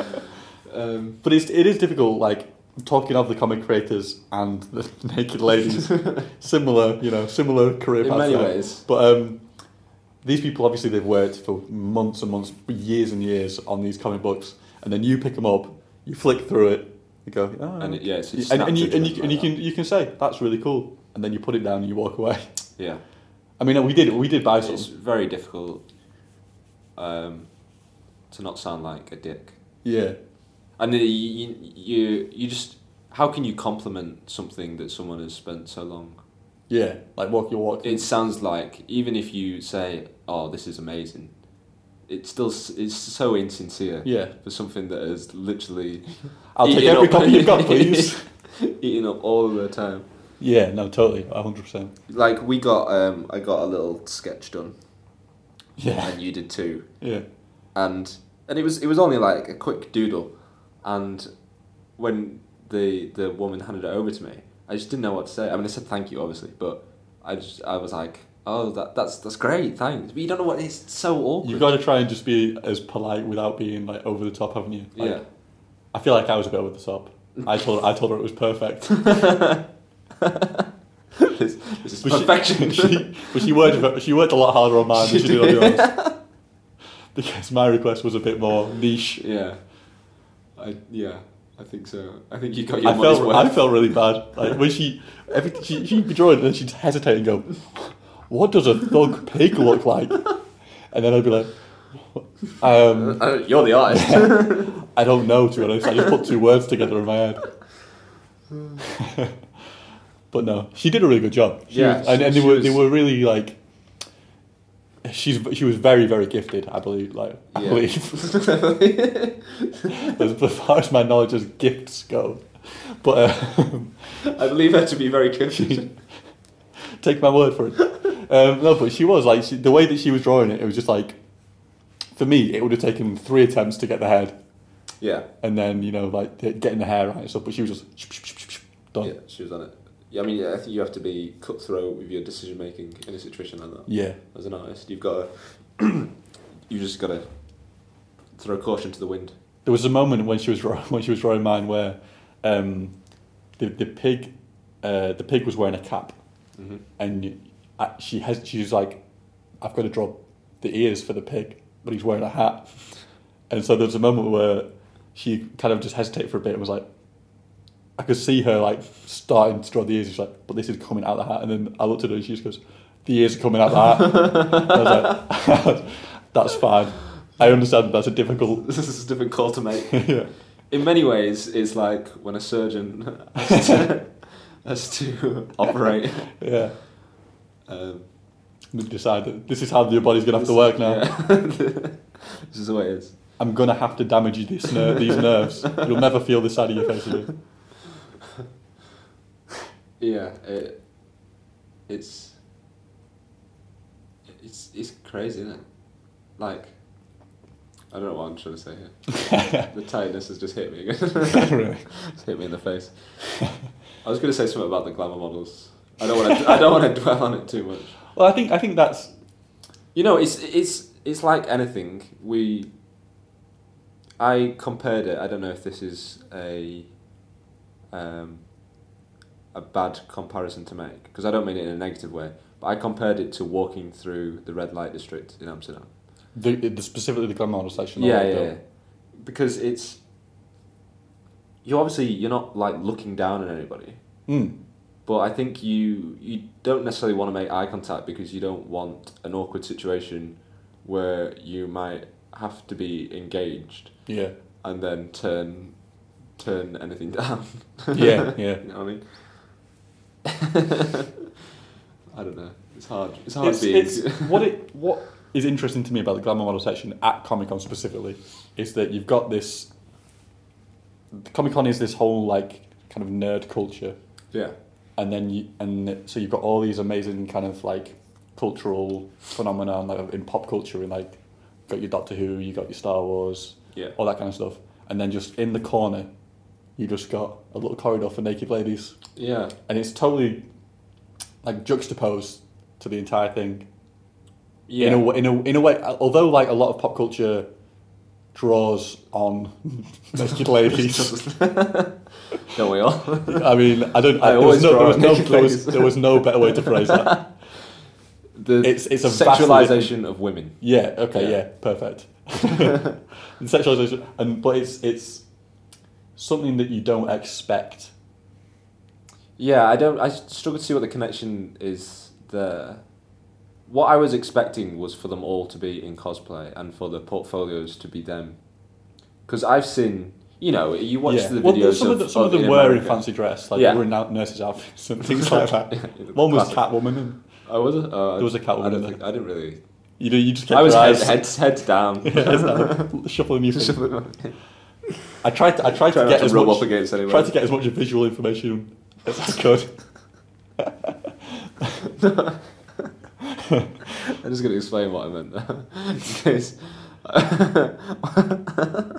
Speaker 1: um,
Speaker 2: But it's, it is difficult, like, talking of the comic creators and the naked ladies. similar, you know, similar career
Speaker 1: in
Speaker 2: paths
Speaker 1: many
Speaker 2: there.
Speaker 1: ways.
Speaker 2: But um, these people obviously they've worked for months and months, years and years on these comic books, and then you pick them up, you flick through it, you go, oh,
Speaker 1: And it- yeah, it's
Speaker 2: and,
Speaker 1: it's
Speaker 2: and, you
Speaker 1: snap
Speaker 2: and
Speaker 1: judgment
Speaker 2: you, and you
Speaker 1: like
Speaker 2: can you can say that's really cool, and then you put it down and you walk away.
Speaker 1: that. Yeah.
Speaker 2: I mean, we did we did buy some.
Speaker 1: It's very difficult um, to not sound like a dick.
Speaker 2: Yeah,
Speaker 1: And you, you, you, you just, how can you compliment something that someone has spent so long?
Speaker 2: yeah, like walk your walk.
Speaker 1: It sounds like, even if you say, oh, this is amazing, it's still, s- it's so insincere
Speaker 2: yeah,
Speaker 1: for something that has literally
Speaker 2: I'll take
Speaker 1: eaten
Speaker 2: every
Speaker 1: up-
Speaker 2: copy you've got, please.
Speaker 1: eaten up all of their time.
Speaker 2: yeah, no, totally, hundred percent.
Speaker 1: Like, we got, um, I got a little sketch done,
Speaker 2: Yeah,
Speaker 1: and you did too.
Speaker 2: yeah,
Speaker 1: and and it was it was only like a quick doodle, and when the the woman handed it over to me, I just didn't know what to say. I mean, I said thank you, obviously, but I just I was like, oh, that that's that's great, thanks. But you don't know what it's so awkward.
Speaker 2: you've got to try and just be as polite without being like over the top, haven't you? Like,
Speaker 1: yeah,
Speaker 2: I feel like I was a bit over the top. I told I told her it was perfect.
Speaker 1: this, this is perfection.
Speaker 2: She, she, but she worked. She worked a lot harder on mine than
Speaker 1: She
Speaker 2: she did on yours. Because my request was a bit more niche.
Speaker 1: yeah, I yeah, I think so. I think you got your
Speaker 2: I
Speaker 1: money's
Speaker 2: felt.
Speaker 1: worth.
Speaker 2: I felt really bad. Like when she, every, she she'd be drawing and then she'd hesitate and go, "What does a thug pig look like?" And then I'd be like, um,
Speaker 1: Uh, you're the artist.
Speaker 2: "I don't know." To be honest, I just put two words together in my head. but no, she did a really good job. She
Speaker 1: Yeah,
Speaker 2: was- and,
Speaker 1: she-
Speaker 2: and they
Speaker 1: she
Speaker 2: were
Speaker 1: was-
Speaker 2: they were really like. She's she was very very gifted. I believe like I
Speaker 1: Yeah.
Speaker 2: believe as, as far as my knowledge as gifts go, but um,
Speaker 1: I believe her to be very confused.
Speaker 2: take my word for it. Um, no, but she was like she, the way that she was drawing it. It was just like, for me, it would have taken three attempts to get the head,
Speaker 1: Yeah.
Speaker 2: and then you know like getting the hair right and stuff. But she was just done.
Speaker 1: Yeah, she was on it. Yeah, I mean, I think you have to be cutthroat with your decision making in a situation like that.
Speaker 2: yeah.
Speaker 1: As an artist, you've got to, you just got to throw caution to the wind.
Speaker 2: There was a moment when she was drawing, when she was drawing mine where um, the the pig uh, the pig was wearing a cap,
Speaker 1: Mm-hmm.
Speaker 2: and I, she has she was like, I've got to draw the ears for the pig, but he's wearing a hat, and so there was a moment where she kind of just hesitated for a bit and was like. I could see her like starting to draw the ears. She's like, "But this is coming out of the hat." And then I looked at her, and she just goes, "The ears are coming out of the hat." And I was like, "That's fine. I understand. That's a difficult."
Speaker 1: this is a different call to make.
Speaker 2: yeah.
Speaker 1: In many ways, it's like when a surgeon has to, has to operate.
Speaker 2: Yeah,
Speaker 1: Um,
Speaker 2: we decide that this is how your body's gonna have to work now.
Speaker 1: yeah. this is the way it is.
Speaker 2: I'm gonna have to damage you this ner- these nerves. You'll never feel this side of your face again.
Speaker 1: Yeah, it, it's it's it's crazy, isn't it? Like, I don't know what I'm trying to say here. the tightness has just hit me again.
Speaker 2: really?
Speaker 1: it's hit me in the face. I was going to say something about the glamour models. I don't want to. I don't want to dwell on it too much.
Speaker 2: Well, I think I think that's
Speaker 1: You know, it's it's it's like anything. We. I compared it. I don't know if this is a. Um, a bad comparison to make because I don't mean it in a negative way. But I compared it to walking through the red light district in Amsterdam.
Speaker 2: the, the specifically the glamour station.
Speaker 1: Yeah, yeah, yeah. Because it's. You obviously you're not like looking down at anybody,
Speaker 2: Mm.
Speaker 1: but I think you you don't necessarily want to make eye contact because you don't want an awkward situation where you might have to be engaged
Speaker 2: Yeah.
Speaker 1: and then turn turn anything down.
Speaker 2: Yeah, yeah.
Speaker 1: you know what I mean? I don't know. It's hard. It's hard
Speaker 2: It's,
Speaker 1: being.
Speaker 2: it's what it what is interesting to me about the glamour model section at Comic Con specifically is that you've got this Comic Con is this whole like kind of nerd culture,
Speaker 1: Yeah.
Speaker 2: and then you and so you've got all these amazing kind of like cultural phenomena like in pop culture and like got your Doctor Who, you got your Star Wars,
Speaker 1: Yeah.
Speaker 2: all that kind of stuff, and then just in the corner, you just got a little corridor for naked ladies,
Speaker 1: Yeah.
Speaker 2: and it's totally like juxtaposed to the entire thing.
Speaker 1: Yeah.
Speaker 2: in a w- in a in a way. Although like a lot of pop culture draws on naked ladies.
Speaker 1: Don't we all?
Speaker 2: I mean, I don't.
Speaker 1: I
Speaker 2: I, there,
Speaker 1: always
Speaker 2: was no,
Speaker 1: draw
Speaker 2: there, was
Speaker 1: on
Speaker 2: no,
Speaker 1: naked
Speaker 2: there, was,
Speaker 1: ladies.
Speaker 2: there was no better way to phrase that.
Speaker 1: The
Speaker 2: It's- it's a vastly
Speaker 1: sexualization of women.
Speaker 2: Yeah. Okay.
Speaker 1: Yeah.
Speaker 2: Yeah. perfect. And sexualization, and but it's it's something that you don't expect.
Speaker 1: Yeah, I don't. I struggle to see what the connection is there. What I was expecting was for them all to be in cosplay and for the portfolios to be them. Because I've seen, you know, you watch
Speaker 2: yeah.
Speaker 1: the videos.
Speaker 2: well, some of, the, some of them were in
Speaker 1: America.
Speaker 2: fancy dress, like
Speaker 1: Yeah.
Speaker 2: they were in out- nurses' outfits and things like that. One was Catwoman, and
Speaker 1: Oh, was it? Oh, I-
Speaker 2: There was a Catwoman
Speaker 1: I don't
Speaker 2: in
Speaker 1: think I didn't really.
Speaker 2: you know, you just kept
Speaker 1: I was
Speaker 2: your
Speaker 1: head,
Speaker 2: eyes
Speaker 1: head, head down.
Speaker 2: shuffling your feet.
Speaker 1: Try
Speaker 2: I tried to, I tried to
Speaker 1: not
Speaker 2: get
Speaker 1: to
Speaker 2: as
Speaker 1: rub
Speaker 2: much,
Speaker 1: up against anyone.
Speaker 2: tried to get as much visual information as I could.
Speaker 1: I'm just gonna explain what I meant there. In case-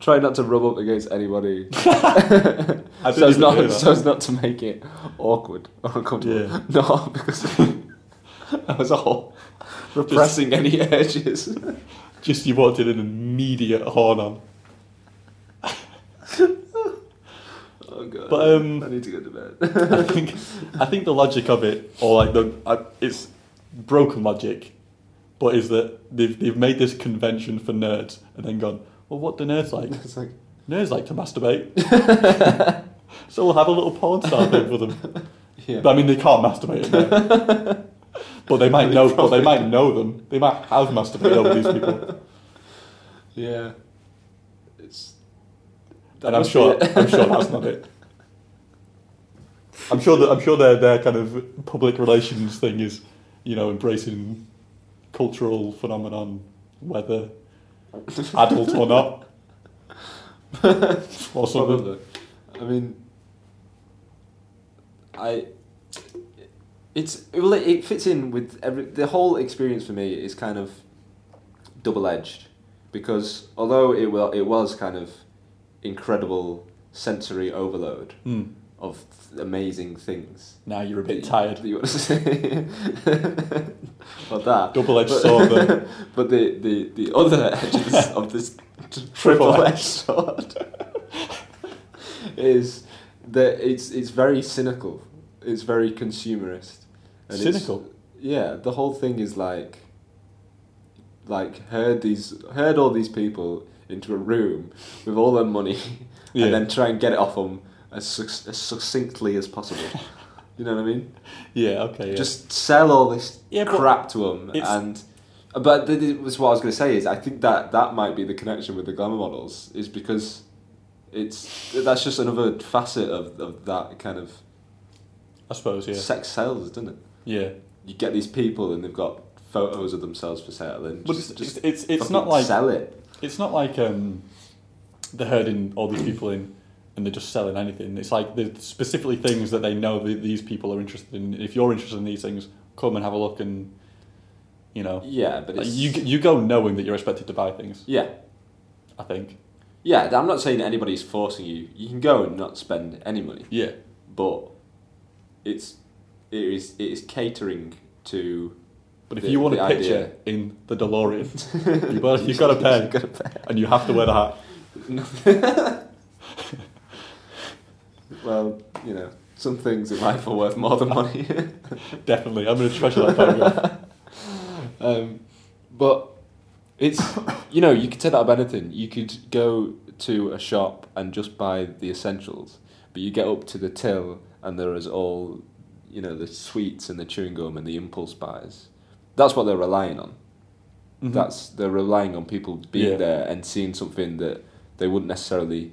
Speaker 1: Try not to rub up against anybody.
Speaker 2: I
Speaker 1: so as
Speaker 2: didn't
Speaker 1: not
Speaker 2: hear that.
Speaker 1: so as not to make it awkward or uncomfortable.
Speaker 2: Yeah.
Speaker 1: No, because I was all repressing any urges.
Speaker 2: Just you wanted an immediate horn on.
Speaker 1: Oh god.
Speaker 2: But, um,
Speaker 1: I need to go to bed.
Speaker 2: I think, I think the logic of it, or like the, I, it's broken logic, but is that they've they've made this convention for nerds and then gone, well, what do nerds like?
Speaker 1: It's like
Speaker 2: Nerds like to masturbate. so we'll have a little porn star thing for them.
Speaker 1: yeah.
Speaker 2: I mean, they can't masturbate. in there. but they might know. But they might know them. They might have masturbated over these people.
Speaker 1: yeah. It's that
Speaker 2: And I'm
Speaker 1: must be
Speaker 2: sure.
Speaker 1: it.
Speaker 2: I'm sure that's not it. I'm sure that I'm sure their their kind of public relations thing is, you know, embracing cultural phenomenon, whether adult or not, or
Speaker 1: Probably.
Speaker 2: something.
Speaker 1: I mean, I. It's well, it, it fits in with every. The whole experience for me is kind of double edged, because although it will, it was kind of incredible sensory overload
Speaker 2: Hmm.
Speaker 1: of th- amazing things.
Speaker 2: Now you're a
Speaker 1: that you-
Speaker 2: bit tired.
Speaker 1: that You want to say? or that
Speaker 2: Double-edged
Speaker 1: But-
Speaker 2: sword, though.
Speaker 1: but the, the, the other edges of this triple-edged sword is that it's it's very cynical. It's very consumerist. it's-
Speaker 2: Cynical?
Speaker 1: yeah, the whole thing is like like herd these herd all these people into a room with all their money
Speaker 2: Yeah.
Speaker 1: and then try and get it off them as, suc- as succinctly as possible. you know what I mean?
Speaker 2: Yeah. Okay. Yeah.
Speaker 1: Just sell all this
Speaker 2: Yeah, but
Speaker 1: crap to them
Speaker 2: it's-
Speaker 1: and. But th- th- was what I was going to say is I think that that might be the connection with the glamour models is because it's that's just another facet of, of that kind of
Speaker 2: I suppose. Yeah.
Speaker 1: sex sells, doesn't it?
Speaker 2: Yeah.
Speaker 1: You get these people and they've got photos of themselves for sale and
Speaker 2: But
Speaker 1: just,
Speaker 2: it's,
Speaker 1: just
Speaker 2: it's, it's, it's not
Speaker 1: fucking
Speaker 2: like
Speaker 1: sell it.
Speaker 2: It's not like um, they're herding all these people in and they're just selling anything. It's like there's specifically things that they know that these people are interested in. If you're interested in these things, come and have a look and, you know,
Speaker 1: Yeah, but
Speaker 2: like
Speaker 1: it's,
Speaker 2: you you go knowing that you're expected to buy things.
Speaker 1: yeah.
Speaker 2: I think.
Speaker 1: Yeah, I'm not saying anybody's forcing you. You can go and not spend any money,
Speaker 2: Yeah.
Speaker 1: but it's it is it is catering to
Speaker 2: But if
Speaker 1: The-
Speaker 2: you want
Speaker 1: the
Speaker 2: a picture
Speaker 1: idea.
Speaker 2: in the DeLorean, you better, you've got to pay, and you have to wear the hat.
Speaker 1: well, you know, some things in life are worth more than money.
Speaker 2: Definitely, I'm going to treasure that photograph.
Speaker 1: um, but it's you know you could take that up anything. You could go to a shop and just buy the essentials, but you get up to the till and there is all you know the sweets and the chewing gum and the impulse buys. That's what they're relying on.
Speaker 2: Mhm.
Speaker 1: That's they're relying on people being
Speaker 2: Yeah.
Speaker 1: there and seeing something that they wouldn't necessarily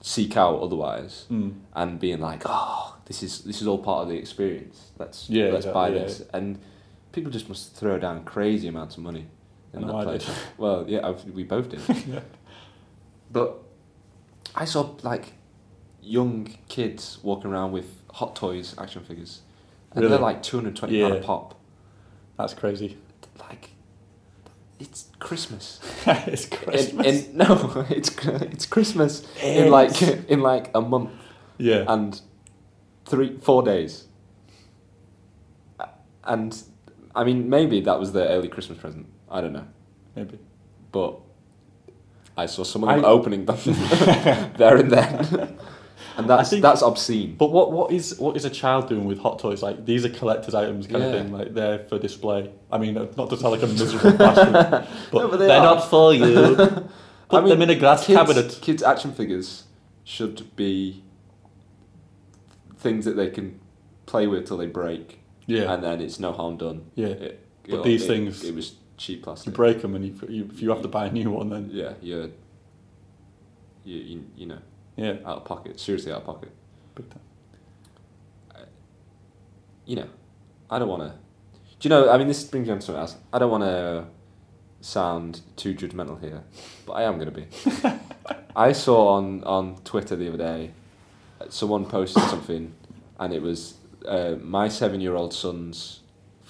Speaker 1: seek out otherwise
Speaker 2: Mm.
Speaker 1: and being like, oh, this is this is all part of the experience. Let's
Speaker 2: Yeah,
Speaker 1: let's buy
Speaker 2: exactly, yeah.
Speaker 1: this. And people just must throw down crazy amounts of money in
Speaker 2: No,
Speaker 1: that
Speaker 2: I
Speaker 1: place.
Speaker 2: did.
Speaker 1: Well, yeah, I've, we both did.
Speaker 2: Yeah.
Speaker 1: But I saw like young kids walking around with Hot Toys action figures, and
Speaker 2: Really?
Speaker 1: they're like two hundred twenty pound
Speaker 2: Yeah.
Speaker 1: a pop.
Speaker 2: That's crazy.
Speaker 1: Like, it's Christmas.
Speaker 2: it's
Speaker 1: In-
Speaker 2: Christmas.
Speaker 1: in- no, it's it's Christmas in like
Speaker 2: It's-
Speaker 1: in like a month
Speaker 2: yeah.
Speaker 1: and three four days. A- And I mean, maybe that was their early Christmas present. I don't know,
Speaker 2: Maybe.
Speaker 1: but I saw some of them
Speaker 2: I-
Speaker 1: opening them there and then, and that's
Speaker 2: think-
Speaker 1: that's obscene.
Speaker 2: But what, what is what is a child doing with hot toys? Like these are collector's items kind
Speaker 1: Yeah.
Speaker 2: of thing. Like they're for display. I mean, not to sound like a miserable bastard, but,
Speaker 1: No, but they
Speaker 2: they are
Speaker 1: are.
Speaker 2: not for you. Put
Speaker 1: I mean,
Speaker 2: them in a glass
Speaker 1: kids,
Speaker 2: cabinet.
Speaker 1: Kids' action figures should be things that they can play with till they break,
Speaker 2: Yeah,
Speaker 1: and then it's no harm done.
Speaker 2: yeah.
Speaker 1: It-
Speaker 2: But
Speaker 1: it-
Speaker 2: these
Speaker 1: it-
Speaker 2: things-
Speaker 1: it was cheap plastic.
Speaker 2: You break them, and you, you, if you have to buy a new one, then
Speaker 1: yeah, you're, you, you, you know,
Speaker 2: yeah,
Speaker 1: out of pocket. Seriously, out of pocket.
Speaker 2: big time.
Speaker 1: You know, I don't want to. Do you know? I mean, this brings me on to something else. I don't want to sound too judgmental here, but I am going to be. I saw on on Twitter the other day, uh, someone posted something, and it was uh, my seven year old son's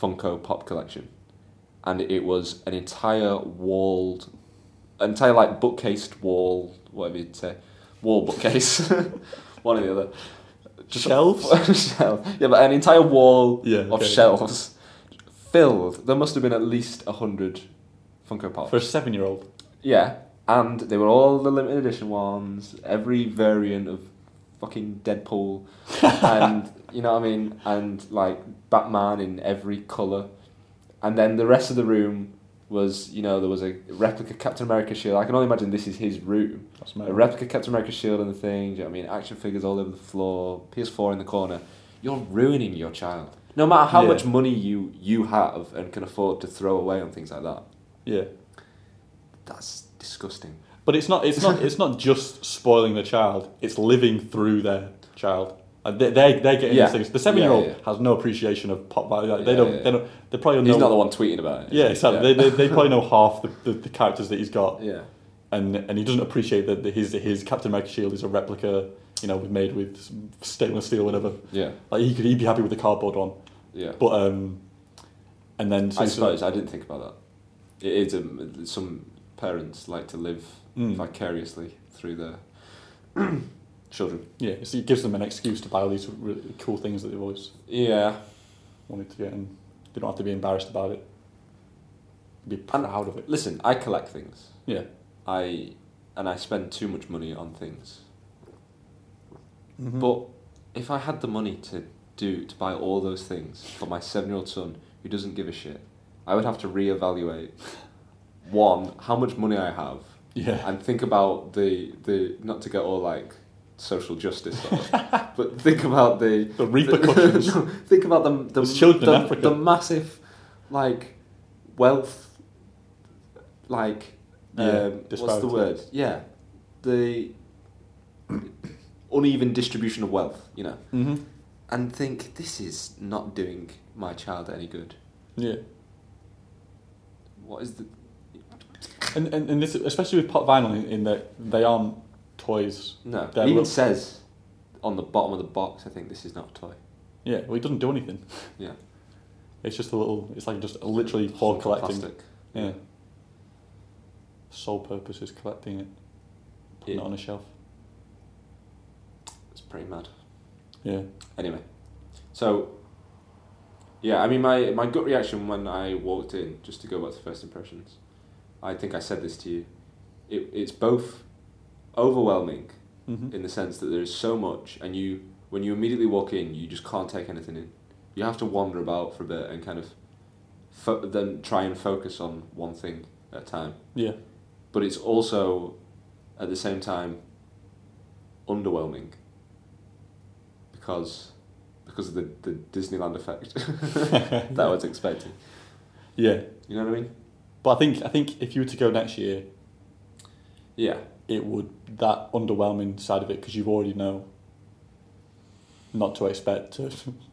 Speaker 1: Funko Pop collection, and it was an entire walled, entire like bookcased wall, whatever you'd say, wall bookcase, one or the other. a-
Speaker 2: Shelves?
Speaker 1: shelf. Yeah, but an entire wall
Speaker 2: Yeah,
Speaker 1: of
Speaker 2: okay.
Speaker 1: shelves filled. There must have been at least a hundred Funko Pops.
Speaker 2: For a seven-year-old,
Speaker 1: Yeah, and they were all the limited edition ones, every variant of fucking Deadpool, and you know what I mean, and like Batman in every color, and then the rest of the room was you know there was a replica Captain America shield. I can only imagine this is his room.
Speaker 2: that's
Speaker 1: A replica Captain America shield and the thing. Do you know what I mean? Action figures all over the floor. PS4 in the corner. You're ruining your child. No matter how
Speaker 2: Yeah.
Speaker 1: much money you you have and can afford to throw away on things like that,
Speaker 2: Yeah,
Speaker 1: that's disgusting.
Speaker 2: but it's not. It's not. it's not just spoiling the child. It's living through their child. And they, they, they're getting
Speaker 1: Yeah.
Speaker 2: these things. The seven-year-old
Speaker 1: Yeah, yeah.
Speaker 2: has no appreciation of pop value. Like, they,
Speaker 1: Yeah,
Speaker 2: don't,
Speaker 1: yeah.
Speaker 2: they don't. They probably
Speaker 1: He's
Speaker 2: know
Speaker 1: not the one tweeting about it. is
Speaker 2: Yeah,
Speaker 1: he?
Speaker 2: exactly. They, they, they probably know half the, the, the characters that he's got,
Speaker 1: Yeah.
Speaker 2: and and he doesn't appreciate that the, his his Captain America shield is a replica, you know, made with some stainless steel, whatever.
Speaker 1: Yeah.
Speaker 2: Like he could he'd be happy with the cardboard one,
Speaker 1: Yeah.
Speaker 2: but um, and then so-
Speaker 1: I suppose I didn't think about that. It is um, some parents like to live
Speaker 2: Mm.
Speaker 1: vicariously through their children.
Speaker 2: yeah, so it gives them an excuse to buy all these really cool things that they've always
Speaker 1: Yeah,
Speaker 2: wanted to get, and they don't have to be embarrassed about it. Be proud of it.
Speaker 1: listen, I collect things.
Speaker 2: Yeah.
Speaker 1: I and I spend too much money on things.
Speaker 2: Mhm.
Speaker 1: But if I had the money to do to buy all those things for my seven-year-old son who doesn't give a shit, I would have to reevaluate one how much money I have
Speaker 2: yeah,
Speaker 1: and think about the the not to get all like social justice stuff, but think about the
Speaker 2: the repercussions.
Speaker 1: no, think about the the
Speaker 2: There's children in
Speaker 1: the,
Speaker 2: Africa.
Speaker 1: the massive like wealth like
Speaker 2: Yeah,
Speaker 1: um, what's
Speaker 2: disparity.
Speaker 1: the word? Yeah, the uneven distribution of wealth, you know,
Speaker 2: mm-hmm.
Speaker 1: and think this is not doing my child any good.
Speaker 2: Yeah.
Speaker 1: What is the
Speaker 2: And, and, and this, especially with pop vinyl, in, in that they aren't toys
Speaker 1: no?
Speaker 2: There
Speaker 1: it even
Speaker 2: will-
Speaker 1: says on the bottom of the box. I think this is not a toy.
Speaker 2: Yeah, well, it doesn't do anything.
Speaker 1: Yeah.
Speaker 2: It's just a little. It's like just literally for collecting.
Speaker 1: Plastic.
Speaker 2: Yeah. Sole purpose is collecting it, putting
Speaker 1: Yeah.
Speaker 2: it on a shelf.
Speaker 1: It's pretty mad.
Speaker 2: Yeah.
Speaker 1: Anyway, so yeah, I mean, my my gut reaction when I walked in, just to go back to first impressions, I think I said this to you. It it's both overwhelming
Speaker 2: hmm
Speaker 1: in the sense that there is so much, and you when you immediately walk in, you just can't take anything in. You have to wander about for a bit and kind of fo- then try and focus on one thing at a time.
Speaker 2: Yeah.
Speaker 1: But it's also at the same time underwhelming because because of the, the Disneyland effect that I was expecting.
Speaker 2: Yeah.
Speaker 1: You know what I mean?
Speaker 2: But I think I think if you were to go next year,
Speaker 1: Yeah.
Speaker 2: it would that underwhelming side of it because you've already know. Not to expect uh,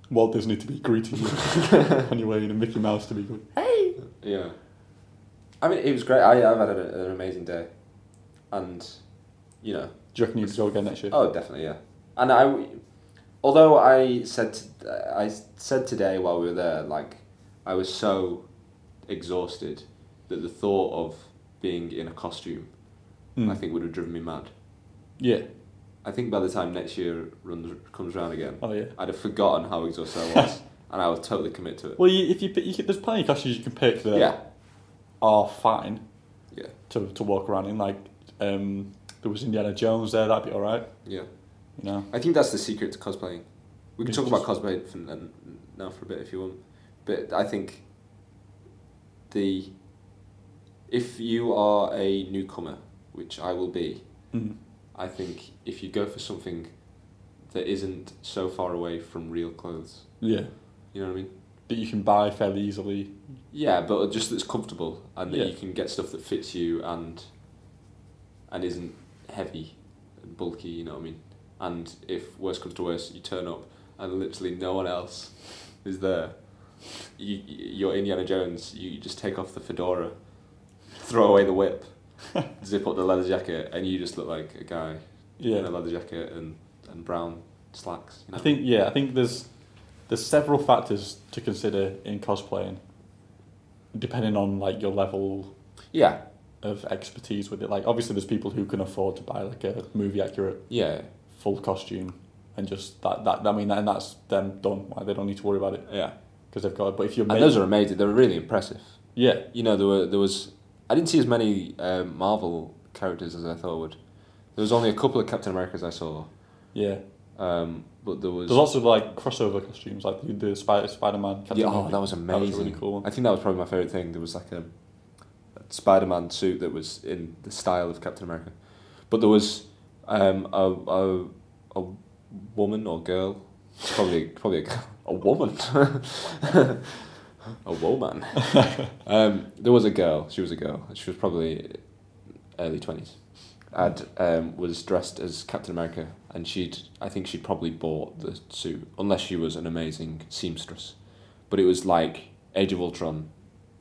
Speaker 2: Walt Disney to be greeting you on your way in, and Mickey Mouse to be good.
Speaker 1: Yeah. I mean, it was great. I, I've had a, an amazing day. And, you know,
Speaker 2: Do you reckon you'd go again next year?
Speaker 1: Oh, definitely, yeah. And I, although I said t- I said today while we were there, like I was so exhausted that the thought of being in a costume,
Speaker 2: Mm.
Speaker 1: I think, would have driven me mad.
Speaker 2: Yeah.
Speaker 1: I think by the time next year runs comes round again,
Speaker 2: Oh yeah.
Speaker 1: I'd have forgotten how exhausted I was, and I would totally commit to it.
Speaker 2: Well, you, if you, pick, you can- there's plenty of costumes you can pick that
Speaker 1: Yeah,
Speaker 2: are fine
Speaker 1: yeah,
Speaker 2: to to walk around in. Like um, there was Indiana Jones there. That'd be all right.
Speaker 1: yeah.
Speaker 2: You know.
Speaker 1: I think that's the secret to cosplaying. We can
Speaker 2: It's
Speaker 1: talk about cosplay from then, now for a bit if you want, but I think the if you are a newcomer, which I will be,
Speaker 2: Mm.
Speaker 1: I think if you go for something that isn't so far away from real clothes,
Speaker 2: Yeah.
Speaker 1: you know what I mean?
Speaker 2: That you can buy fairly easily.
Speaker 1: Yeah, but just that's comfortable and that
Speaker 2: Yeah.
Speaker 1: you can get stuff that fits you and and isn't heavy and bulky, you know what I mean? And if worse comes to worse, you turn up and literally no one else is there. You you're Indiana Jones, you just take off the fedora, throw away the whip, zip up the leather jacket and you just look like a guy
Speaker 2: Yeah.
Speaker 1: in a leather jacket and, and brown slacks, you know?
Speaker 2: I think yeah, I think there's there's several factors to consider in cosplaying, depending on like your level
Speaker 1: Yeah.
Speaker 2: of expertise with it. Like obviously, there's people who can afford to buy like a movie accurate
Speaker 1: Yeah.
Speaker 2: full costume and just that that I mean, and that's them done. Like, they don't need to worry about it
Speaker 1: Yeah.
Speaker 2: because they've got. it. But if you're
Speaker 1: And those are amazing. They're really impressive.
Speaker 2: yeah,
Speaker 1: you know there were there was I didn't see as many um, Marvel characters as I thought I would. There was only a couple of Captain Americas I saw,
Speaker 2: yeah.
Speaker 1: um, but there was
Speaker 2: There's also like crossover costumes, like the, the Spider Spider Man.
Speaker 1: yeah, oh, that was
Speaker 2: That
Speaker 1: amazing.
Speaker 2: was a really cool one.
Speaker 1: I think that was probably my favorite thing. There was like a Spider Man suit that was in the style of Captain America, but there was um, a, a a woman or girl, probably probably a, girl- a woman, a woman. um, there was a girl. She was a girl. She was probably early twenties, and um, was dressed as Captain America. And she'd I think she'd probably bought the suit unless she was an amazing seamstress, but it was like Age of Ultron,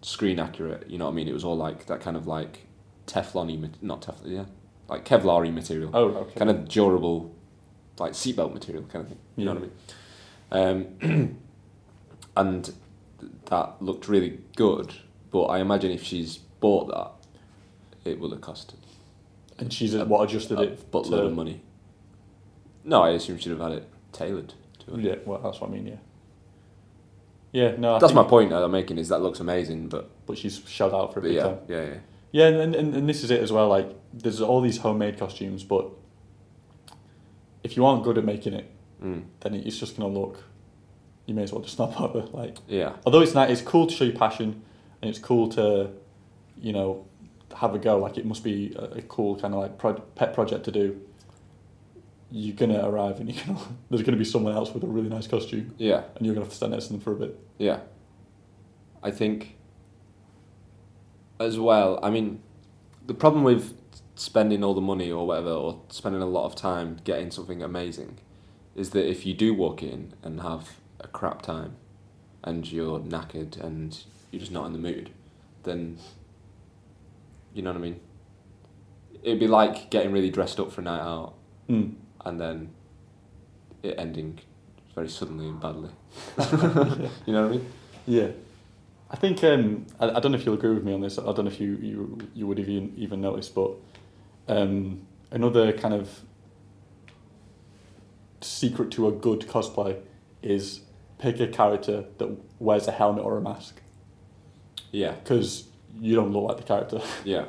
Speaker 1: screen accurate. You know what I mean? It was all like that kind of like Teflon-y, ma- not Teflon, yeah, like Kevlar-y material
Speaker 2: Oh, okay.
Speaker 1: kind of durable, like seatbelt material kind of thing. You know
Speaker 2: Yeah.
Speaker 1: what I mean? Um, and th- that looked really good, but I imagine if she's bought that, it will have cost
Speaker 2: and she's what adjusted
Speaker 1: a
Speaker 2: it,
Speaker 1: buttload
Speaker 2: to-
Speaker 1: of money. No, I assume she'd have had it tailored to her.
Speaker 2: Yeah, well, that's what I mean. Yeah. Yeah, no, I
Speaker 1: That's
Speaker 2: think-
Speaker 1: my point that I'm making is that looks amazing, but,
Speaker 2: but she's shelled out for a
Speaker 1: but
Speaker 2: big
Speaker 1: yeah,
Speaker 2: time.
Speaker 1: yeah, yeah.
Speaker 2: Yeah, and, and, and this is it as well. Like, there's all these homemade costumes, but if you aren't good at making it,
Speaker 1: Mm,
Speaker 2: then it's just gonna look. You may as well just not bother. Like,
Speaker 1: yeah,
Speaker 2: although it's not, it's cool to show your passion, and it's cool to, you know, have a go. Like, it must be a, a cool kind of like pro- pet project to do. You're gonna arrive, and you're gonna there's gonna be someone else with a really nice costume,
Speaker 1: yeah,
Speaker 2: and you're gonna have to stand next to them for a bit.
Speaker 1: yeah. I think as well, I mean, the problem with spending all the money or whatever, or spending a lot of time getting something amazing, is that if you do walk in and have a crap time, and you're knackered and you're just not in the mood, then you know what I mean. It'd be like getting really dressed up for a night out
Speaker 2: Mm.
Speaker 1: and then it ending very suddenly and badly. you know what I mean?
Speaker 2: Yeah. I think um, I, I don't know if you'll agree with me on this. I don't know if you you, you would even even notice, but um, another kind of secret to a good cosplay is pick a character that wears a helmet or a mask
Speaker 1: Yeah,
Speaker 2: because you don't look like the character.
Speaker 1: yeah.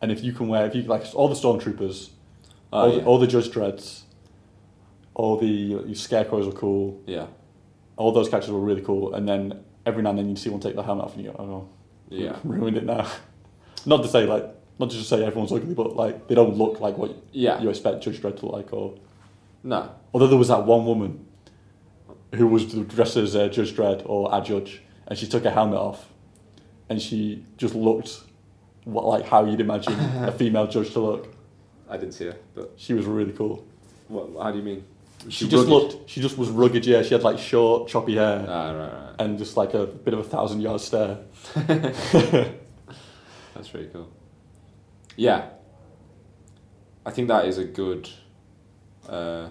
Speaker 2: And if you can wear, if you like all the stormtroopers, all,
Speaker 1: Oh,
Speaker 2: the, all the Judge Dreads, all the your scarecrows are cool.
Speaker 1: yeah,
Speaker 2: all those characters were really cool, and then every now and then you see one take their helmet off and you go, oh,
Speaker 1: yeah,
Speaker 2: ruined it now. not to say like, not just to say everyone's ugly, but like they don't look like what
Speaker 1: yeah.
Speaker 2: you expect Judge Dredd to look like. Or
Speaker 1: No,
Speaker 2: although there was that one woman who was dressed as uh, Judge Dredd or a judge, and she took her helmet off, and she just looked what, like how you'd imagine a female judge to look.
Speaker 1: I didn't see her. But
Speaker 2: She was really cool.
Speaker 1: what? How do you mean?
Speaker 2: She, just looked. She just was rugged. Yeah, she had like short, choppy hair.
Speaker 1: Ah, right, right.
Speaker 2: and just like a bit of a thousand yard stare.
Speaker 1: That's pretty cool. Yeah. I think that is a good Uh,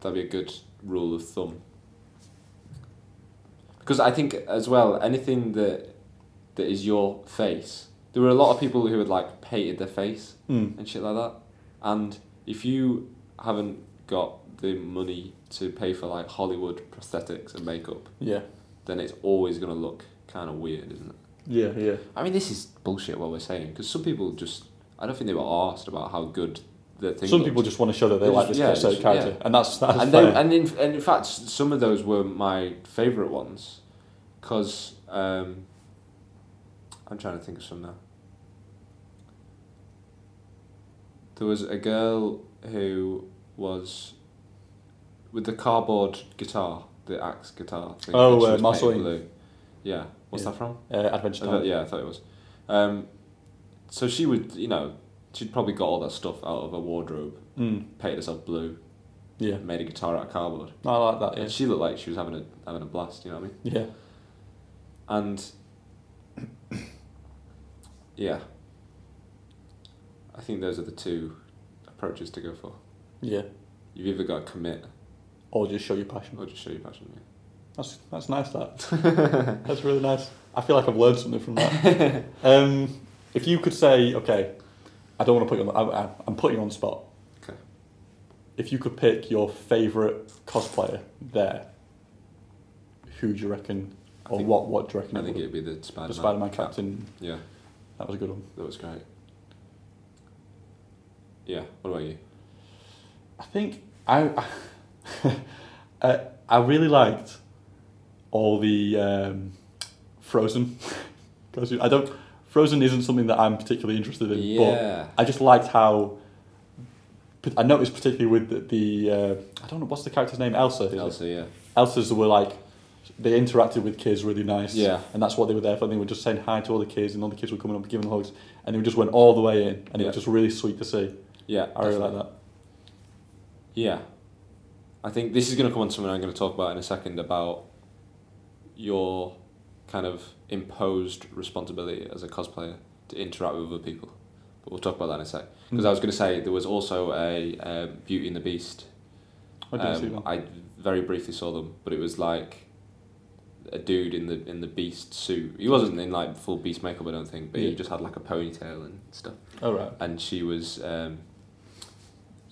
Speaker 1: that'd be a good rule of thumb. Because I think as well, anything that that is your face. There were a lot of people who had like painted their face
Speaker 2: Mm.
Speaker 1: and shit like that. And if you haven't got the money to pay for like Hollywood prosthetics and makeup,
Speaker 2: Yeah.
Speaker 1: then it's always gonna look kind of weird, isn't it?
Speaker 2: Yeah, yeah.
Speaker 1: I mean, this is bullshit what we're saying because some people just I don't think they were asked about how good their thing.
Speaker 2: Some
Speaker 1: looked.
Speaker 2: people just want to show that they
Speaker 1: They
Speaker 2: like
Speaker 1: just-
Speaker 2: this
Speaker 1: yeah,
Speaker 2: specific
Speaker 1: just-
Speaker 2: character, and that's that's
Speaker 1: and,
Speaker 2: fair.
Speaker 1: they, and in and in fact, s- some of those were my favorite ones, because um, I'm trying to think of some now. There was a girl who was with the cardboard guitar, the axe guitar. Thing,
Speaker 2: Oh,
Speaker 1: and she
Speaker 2: uh,
Speaker 1: was
Speaker 2: Marceline.
Speaker 1: painted blue. Yeah, what's
Speaker 2: Yeah.
Speaker 1: that from?
Speaker 2: uh, Adventure
Speaker 1: I thought-
Speaker 2: Time.
Speaker 1: yeah, I thought it was. Um, so she would, you know, she'd probably got all that stuff out of her wardrobe,
Speaker 2: Mm.
Speaker 1: painted herself blue,
Speaker 2: yeah.
Speaker 1: made a guitar out of cardboard.
Speaker 2: I like that.
Speaker 1: And she looked like she was having a having a blast, you know what I mean?
Speaker 2: Yeah. yeah.
Speaker 1: And yeah. I think those are the two approaches to go for.
Speaker 2: Yeah.
Speaker 1: You've either got to commit
Speaker 2: Or just show your passion.
Speaker 1: or just show your passion. yeah.
Speaker 2: That's that's nice. That that's really nice. I feel like I've learned something from that. um, if you could say, okay, I don't want to put you on. I, I, I'm putting you on the spot.
Speaker 1: Okay.
Speaker 2: If you could pick your favorite cosplayer there, who do you reckon,
Speaker 1: I
Speaker 2: or
Speaker 1: think-
Speaker 2: what? What do you reckon?
Speaker 1: I
Speaker 2: it
Speaker 1: think
Speaker 2: would-
Speaker 1: it'd be the Spider Man.
Speaker 2: the Spider-Man Captain.
Speaker 1: Yeah,
Speaker 2: That was a good one.
Speaker 1: that was great. Yeah, what about you?
Speaker 2: I think I, I, I really liked all the um, Frozen because I don't Frozen isn't something that I'm particularly interested in,
Speaker 1: Yeah.
Speaker 2: but I just liked how. I noticed particularly with the, the uh, I don't know what's the character's name Elsa. is it?
Speaker 1: Elsa, yeah.
Speaker 2: Elsa's were like they interacted with kids really nice.
Speaker 1: Yeah.
Speaker 2: And that's what they were there for. They were just saying hi to all the kids and all the kids were coming up and giving them hugs and they just went all the way in and it
Speaker 1: Yeah.
Speaker 2: was just really sweet to see.
Speaker 1: Yeah.
Speaker 2: I really like
Speaker 1: definitely.
Speaker 2: that.
Speaker 1: Yeah. I think this is going to come on something I'm going to talk about in a second about your kind of imposed responsibility as a cosplayer to interact with other people. But we'll talk about that in a sec.
Speaker 2: Hmm.
Speaker 1: Because I was going to say there was also a um, Beauty and the Beast.
Speaker 2: I didn't see
Speaker 1: Um,
Speaker 2: that.
Speaker 1: I very briefly saw them, but it was like a dude in the in the beast suit. He wasn't in like full beast makeup, I don't think, but he
Speaker 2: Yeah.
Speaker 1: just had like a ponytail and stuff
Speaker 2: All Oh, right.
Speaker 1: and she was um,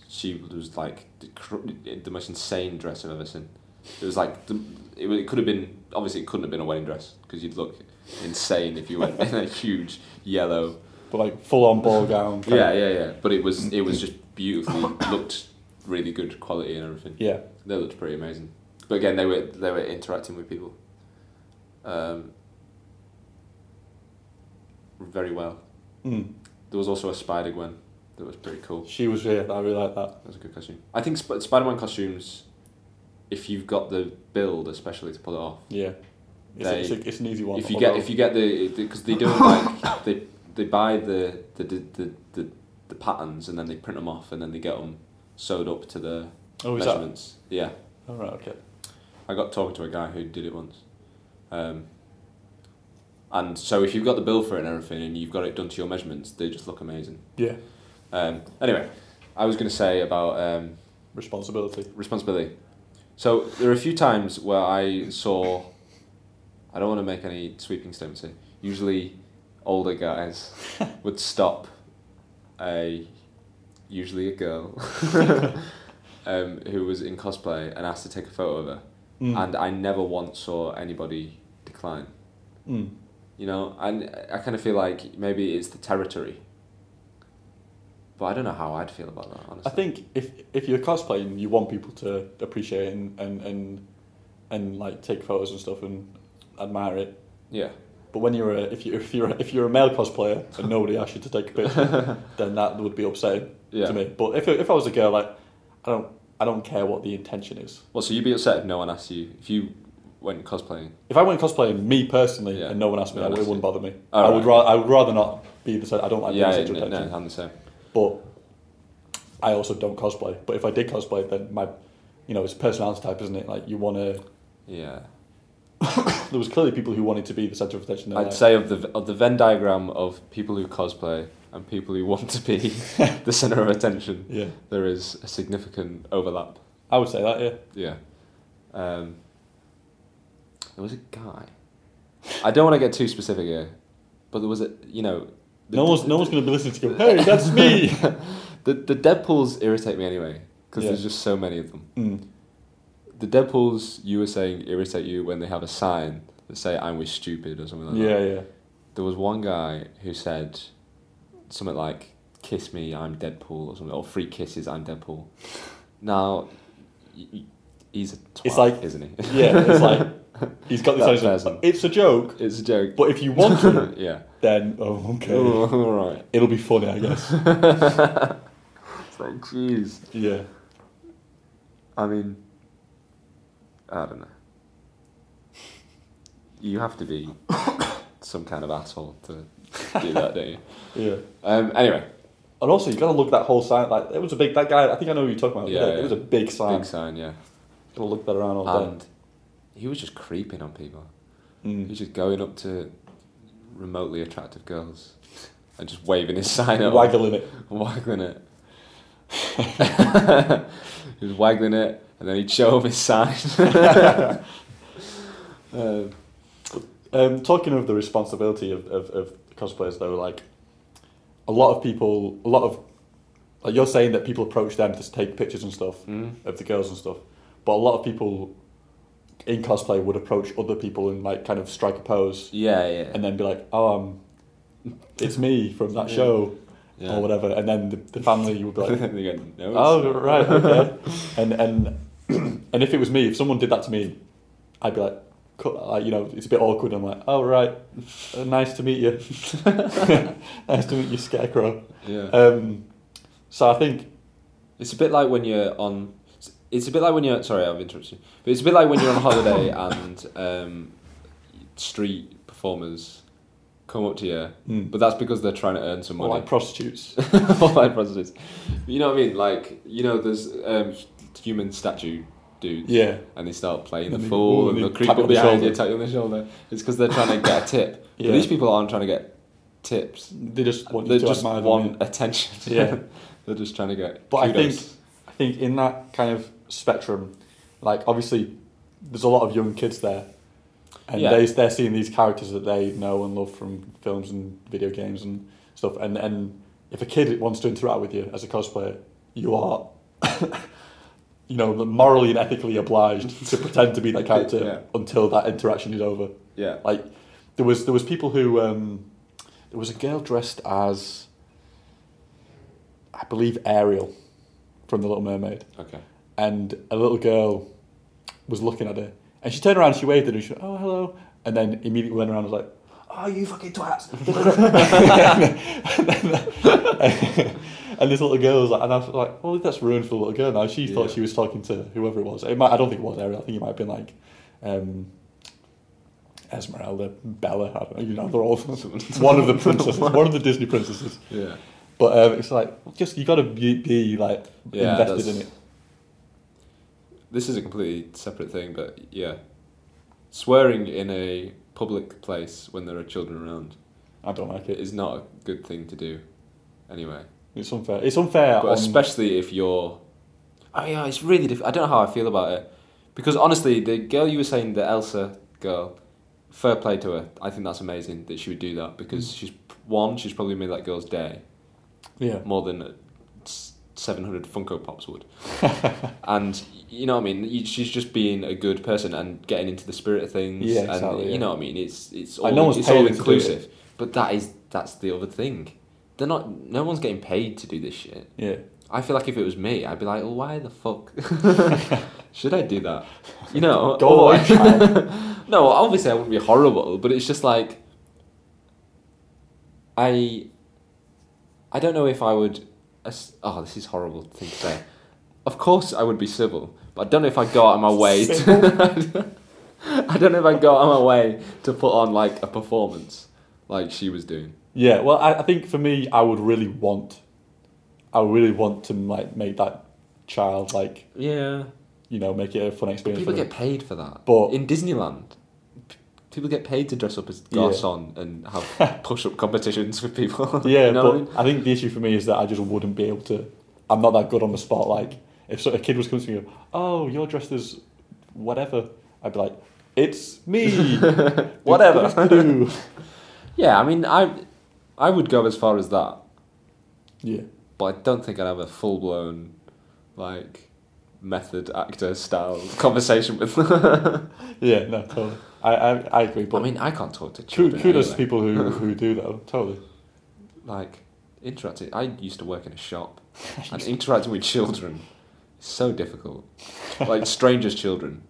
Speaker 1: she was like the, cr- the most insane dress I've ever seen. It was like the, it, wa- it could have been obviously it couldn't have been a wedding dress because you'd look insane if you went in a huge yellow.
Speaker 2: But like full on ball gown. kind
Speaker 1: Yeah,
Speaker 2: of-
Speaker 1: yeah, yeah. But it was it was just beautifully looked really good quality and everything.
Speaker 2: yeah.
Speaker 1: They looked pretty amazing. But again, they were they were interacting with people. Um, very well.
Speaker 2: Mm.
Speaker 1: There was also a Spider Gwen that was pretty cool.
Speaker 2: She was here. I really like that.
Speaker 1: That's a good costume. I think Sp- Spider Man costumes, if you've got the build especially to pull it off,
Speaker 2: Yeah. It's,
Speaker 1: They-
Speaker 2: it's, a, it's an easy one.
Speaker 1: if you get if you get the because they don't like they they buy the the, the the the the patterns and then they print them off and then they get them sewed up to the
Speaker 2: oh, is that?
Speaker 1: measurements. Yeah,
Speaker 2: All right. Okay.
Speaker 1: I got talking to a guy who did it once. Um, and so if you've got the build for it and everything and you've got it done to your measurements, they just look amazing.
Speaker 2: Yeah.
Speaker 1: Um, anyway, I was going to say about um,
Speaker 2: Responsibility.
Speaker 1: responsibility. So there are a few times where I saw. I don't want to make any sweeping statements here. Usually, older guys would stop a, usually a girl, um, who was in cosplay and asked to take a photo of her,
Speaker 2: Mm.
Speaker 1: and uh, I never once saw anybody decline.
Speaker 2: mm.
Speaker 1: You know, and I kind of feel like maybe it's the territory. But I don't know how I'd feel about that. Honestly,
Speaker 2: I think if if you're cosplaying, you want people to appreciate it and and and, and like take photos and stuff and admire it.
Speaker 1: yeah.
Speaker 2: But when you're a, if you if you're if you're a male cosplayer and nobody asks you to take a picture, then that would be upsetting
Speaker 1: Yeah.
Speaker 2: to me. But if if I was a girl, like I don't I don't care what the intention is.
Speaker 1: Well, so you'd be upset if no one asked you if you went cosplaying.
Speaker 2: If I went cosplaying, me personally,
Speaker 1: Yeah.
Speaker 2: and no one asked me,
Speaker 1: No
Speaker 2: that,
Speaker 1: one
Speaker 2: it
Speaker 1: asked
Speaker 2: wouldn't bother me.
Speaker 1: All
Speaker 2: I
Speaker 1: right.
Speaker 2: would ra- I would rather not be the same. I don't like
Speaker 1: yeah,
Speaker 2: being the
Speaker 1: no,
Speaker 2: central attention.
Speaker 1: no, I'm the same.
Speaker 2: But I also don't cosplay. But if I did cosplay, then my, you know, it's a personality type, isn't it? Like you want to.
Speaker 1: Yeah,
Speaker 2: There was clearly people who wanted to be the centre of attention. They're
Speaker 1: I'd
Speaker 2: like,
Speaker 1: say of the of the Venn diagram of people who cosplay and people who want to be the center of attention,
Speaker 2: Yeah.
Speaker 1: there is a significant overlap.
Speaker 2: I would say that, yeah.
Speaker 1: Yeah. Um, there was a guy. I don't want to get too specific here, but there was a you know. the-
Speaker 2: No one's, no one's going to be listening to go, hey, that's me!
Speaker 1: the the Deadpool's irritate me anyway because
Speaker 2: Yeah.
Speaker 1: there's just so many of them.
Speaker 2: Mm.
Speaker 1: The Deadpool's you were saying irritate you when they have a sign that say "I'm with stupid" or something like that.
Speaker 2: Yeah, yeah.
Speaker 1: There was one guy who said something like "Kiss me, I'm Deadpool" or something, or "Free kisses, I'm Deadpool." Now, y- y- he's a twat,
Speaker 2: It's like-
Speaker 1: isn't he?
Speaker 2: Yeah, it's like, he's got this
Speaker 1: That
Speaker 2: idea of,
Speaker 1: person.
Speaker 2: It's a joke,
Speaker 1: It's a joke.
Speaker 2: but if you want to,
Speaker 1: yeah.
Speaker 2: then, oh, okay.
Speaker 1: Oh, all right.
Speaker 2: It'll be funny, I guess.
Speaker 1: It's like, jeez.
Speaker 2: yeah.
Speaker 1: I mean, I don't know. You have to be some kind of asshole to do that, don't you?
Speaker 2: Yeah.
Speaker 1: Um, anyway,
Speaker 2: And also, you've got to look at that whole sign. Like, it was a big, that guy, I think I know who you're talking about.
Speaker 1: Yeah,
Speaker 2: it was a
Speaker 1: yeah.
Speaker 2: big sign.
Speaker 1: big sign, yeah.
Speaker 2: Got to look that around all day.
Speaker 1: And he was just creeping on people. He
Speaker 2: Mm.
Speaker 1: was just going up to remotely attractive girls and just waving his sign at them.
Speaker 2: Waggling it.
Speaker 1: waggling it. he was waggling it, and then he'd show him his sign. um,
Speaker 2: Um, talking of the responsibility of, of, of cosplayers, though, like a lot of people, a lot of like you're saying that people approach them to take pictures and stuff
Speaker 1: mm,
Speaker 2: of the girls and stuff, but a lot of people in cosplay would approach other people and like kind of strike a pose
Speaker 1: yeah, yeah.
Speaker 2: and then be like, "Oh, um, it's me from that
Speaker 1: Yeah.
Speaker 2: show
Speaker 1: yeah.
Speaker 2: or whatever," and then the, the family would be like,
Speaker 1: They go, "No, it's
Speaker 2: Oh
Speaker 1: not."
Speaker 2: right, okay. and and and if it was me, if someone did that to me, I'd be like, "Co- like you know, it's a bit awkward. I'm like, oh right, Uh, nice to meet you, nice to meet you, Scarecrow.
Speaker 1: Yeah.
Speaker 2: Um, so I think
Speaker 1: It's a bit like when you're on. It's a bit like when you're. Sorry, I've interrupted you. But it's a bit like when you're on holiday and um, street performers come up to you.
Speaker 2: mm,
Speaker 1: Hmm. But that's because they're trying to earn some
Speaker 2: or
Speaker 1: money.
Speaker 2: like prostitutes.
Speaker 1: All my prejudice. You know what I mean? Like, you know, there's um, human statue dudes.
Speaker 2: yeah,
Speaker 1: And they start playing
Speaker 2: And
Speaker 1: the
Speaker 2: they-
Speaker 1: fool
Speaker 2: ooh,
Speaker 1: and
Speaker 2: they
Speaker 1: they'll creep
Speaker 2: tap you
Speaker 1: up
Speaker 2: on the
Speaker 1: behind you,
Speaker 2: shoulder.
Speaker 1: tap you on the shoulder. It's because they're trying to get a tip. But
Speaker 2: Yeah.
Speaker 1: these people aren't trying to get tips.
Speaker 2: they just want
Speaker 1: they
Speaker 2: you to
Speaker 1: just
Speaker 2: admire them,
Speaker 1: want
Speaker 2: yeah.
Speaker 1: attention.
Speaker 2: Yeah.
Speaker 1: they're just trying to get.
Speaker 2: But I
Speaker 1: kudos.
Speaker 2: think- I think in that kind of spectrum, like obviously, there's a lot of young kids there. And
Speaker 1: Yeah.
Speaker 2: they, they're seeing these characters that they know and love from films and video games and stuff. And, and if a kid wants to interact with you as a cosplayer, you are, you know, morally and ethically obliged to pretend to be that character
Speaker 1: Yeah.
Speaker 2: until that interaction is over.
Speaker 1: Yeah.
Speaker 2: Like there was there was people who um, there was a girl dressed as I believe Ariel from The Little Mermaid,
Speaker 1: Okay.
Speaker 2: and a little girl was looking at her, and she turned around, and she waved at her, and she went, "Oh, hello," and then immediately went around and was like. Oh, you fucking twats! and, then- and this little girl was like, and I was like, well, that's ruined for the little girl now. She thought
Speaker 1: Yeah.
Speaker 2: she was talking to whoever it was. It might, I don't think it was Ariel. I think it might have been like um, Esmeralda, Bella, I don't know, you know, they're all one of the princesses, one of the Disney princesses.
Speaker 1: Yeah.
Speaker 2: But um, it's like, just you got to be, be like
Speaker 1: Yeah,
Speaker 2: invested
Speaker 1: that's-
Speaker 2: in it.
Speaker 1: This is a completely separate thing, but yeah, swearing in a public place when there are children around
Speaker 2: I don't like it.
Speaker 1: is not a good thing to do. Anyway,
Speaker 2: It's unfair. It's unfair.
Speaker 1: but
Speaker 2: on-
Speaker 1: especially if you're, oh yeah, it's really. Diff- I don't know how I feel about it, because honestly, the girl you were saying, the Elsa girl, fair play to her. I think that's amazing that she would do that because
Speaker 2: Mm.
Speaker 1: she's one, she's probably made that girl's day.
Speaker 2: yeah,
Speaker 1: more than seven hundred Funko Pops would. and you know what I mean. You- She's just being a good person and getting into the spirit of things.
Speaker 2: Yeah,
Speaker 1: and
Speaker 2: exactly,
Speaker 1: You
Speaker 2: yeah.
Speaker 1: know what I mean. It's it's all
Speaker 2: Like, no one's
Speaker 1: it's
Speaker 2: paid
Speaker 1: all
Speaker 2: to do
Speaker 1: inclusive. But that is that's the other thing. They're not. No one's getting paid to do this shit.
Speaker 2: yeah.
Speaker 1: I feel like if it was me, I'd be like, well, why the fuck should I do that? You know,
Speaker 2: Go
Speaker 1: or-
Speaker 2: away, child.
Speaker 1: no, obviously I wouldn't be horrible, but it's just like I I don't know if I would as- oh, this is horrible thing to say. Of course I would be civil, but I don't know if I go out of my way to, I don't know if I go out of my way to put on like a performance like she was doing.
Speaker 2: yeah. Well, I, I think for me, I would really want, I would really want to like make that child like
Speaker 1: Yeah.
Speaker 2: you know make it a fun experience.
Speaker 1: People
Speaker 2: for them.
Speaker 1: get paid for that.
Speaker 2: But-
Speaker 1: in Disneyland, p- people get paid to dress up as
Speaker 2: Yeah.
Speaker 1: Garson and have push up competitions with people.
Speaker 2: Yeah,
Speaker 1: you know
Speaker 2: but
Speaker 1: what I mean?
Speaker 2: I think the issue for me is that I just wouldn't be able to. I'm not that good on the spot. Like, if so, a kid was coming to me, and go, "Oh, you're dressed as whatever," I'd be like, "It's me,
Speaker 1: Whatever. yeah, I mean, I, I would go as far as that,
Speaker 2: yeah,
Speaker 1: but I don't think I'd have a full blown, like, method actor style conversation with them.
Speaker 2: yeah, no, totally. I, I, I agree. But
Speaker 1: I mean, I can't talk to
Speaker 2: ku-
Speaker 1: children.
Speaker 2: kudos to
Speaker 1: anyway.
Speaker 2: people who, who do though. Totally.
Speaker 1: Like, interacting. I used to work in a shop, and interacting with children is so difficult. Like, strangers' children.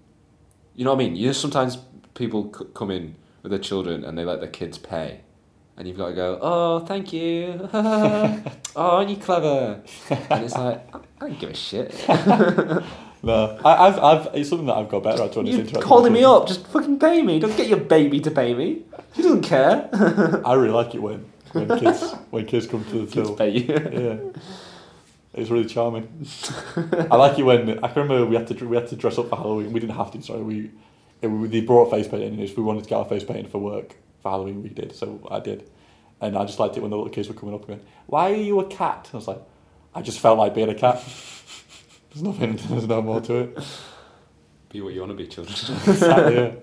Speaker 1: You know what I mean? You know, sometimes people c- come in with their children and they let their kids pay. And you've got to go, oh, thank you. oh, aren't you clever? And it's like, I I don't give a shit.
Speaker 2: No, I, I've, I've, it's something that I've got better at doing. is
Speaker 1: You're
Speaker 2: interacting with
Speaker 1: calling me
Speaker 2: children.
Speaker 1: up. Just fucking pay me. Don't get your baby to pay me. She doesn't care.
Speaker 2: I really like it when, when kids, when kids come to the
Speaker 1: Kids
Speaker 2: till.
Speaker 1: pay you.
Speaker 2: yeah. It's really charming. I like it when I can remember we had to dr- we had to dress up for Halloween. We didn't have to. Sorry, we, it, we they brought face painting. And if we wanted to get our face painted for work for Halloween, we did. So I did, and I just liked it when the little kids were coming up and going, "Why are you a cat?" I was like, I just felt like being a cat. There's nothing. There's no more to it.
Speaker 1: Be what you want to be, children.
Speaker 2: Exactly, yeah.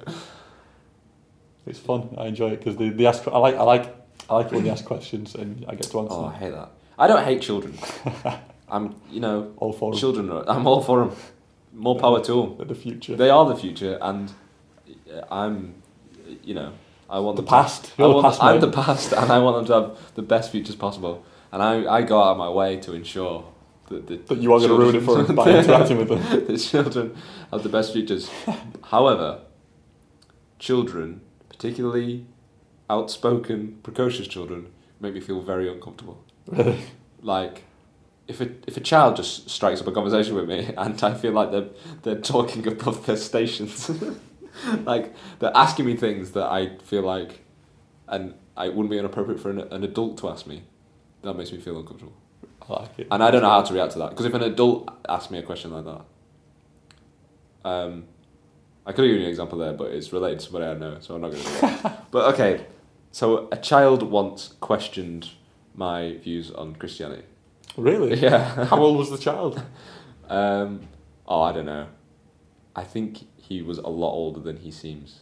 Speaker 2: It's fun. I enjoy it because they, they ask. I like. I like. I like it when they ask questions and I get to answer.
Speaker 1: Oh, I
Speaker 2: them.
Speaker 1: hate that. I don't hate children. I'm, you know,
Speaker 2: All for 'em.
Speaker 1: children. Are, I'm all for them. More power to them.
Speaker 2: in the future.
Speaker 1: They are the future, and uh, I'm, you know, I want
Speaker 2: The
Speaker 1: them to-
Speaker 2: past.
Speaker 1: I
Speaker 2: You're the
Speaker 1: want-
Speaker 2: past.
Speaker 1: I'm
Speaker 2: mate.
Speaker 1: the past, and I want them to have the best futures possible. And I, I go out of my way to ensure that the
Speaker 2: That you are going to ruin it for them by interacting with them.
Speaker 1: the children have the best futures. However, children, particularly outspoken, precocious children, make me feel very uncomfortable.
Speaker 2: Really?
Speaker 1: Like, if a, if a child just strikes up a conversation with me and I feel like they're, they're talking above their stations, like, they're asking me things that I feel like and I it wouldn't be inappropriate for an, an adult to ask me, that makes me feel uncomfortable.
Speaker 2: I like it.
Speaker 1: And I don't know how to react to that because if an adult asked me a question like that, um, I could give you an example there, but it's related to somebody I know, so I'm not going to. do that. But okay, so a child once questioned my views on Christianity.
Speaker 2: Really?
Speaker 1: Yeah.
Speaker 2: How old was the child?
Speaker 1: Um, oh, I don't know. I think he was a lot older than he seems.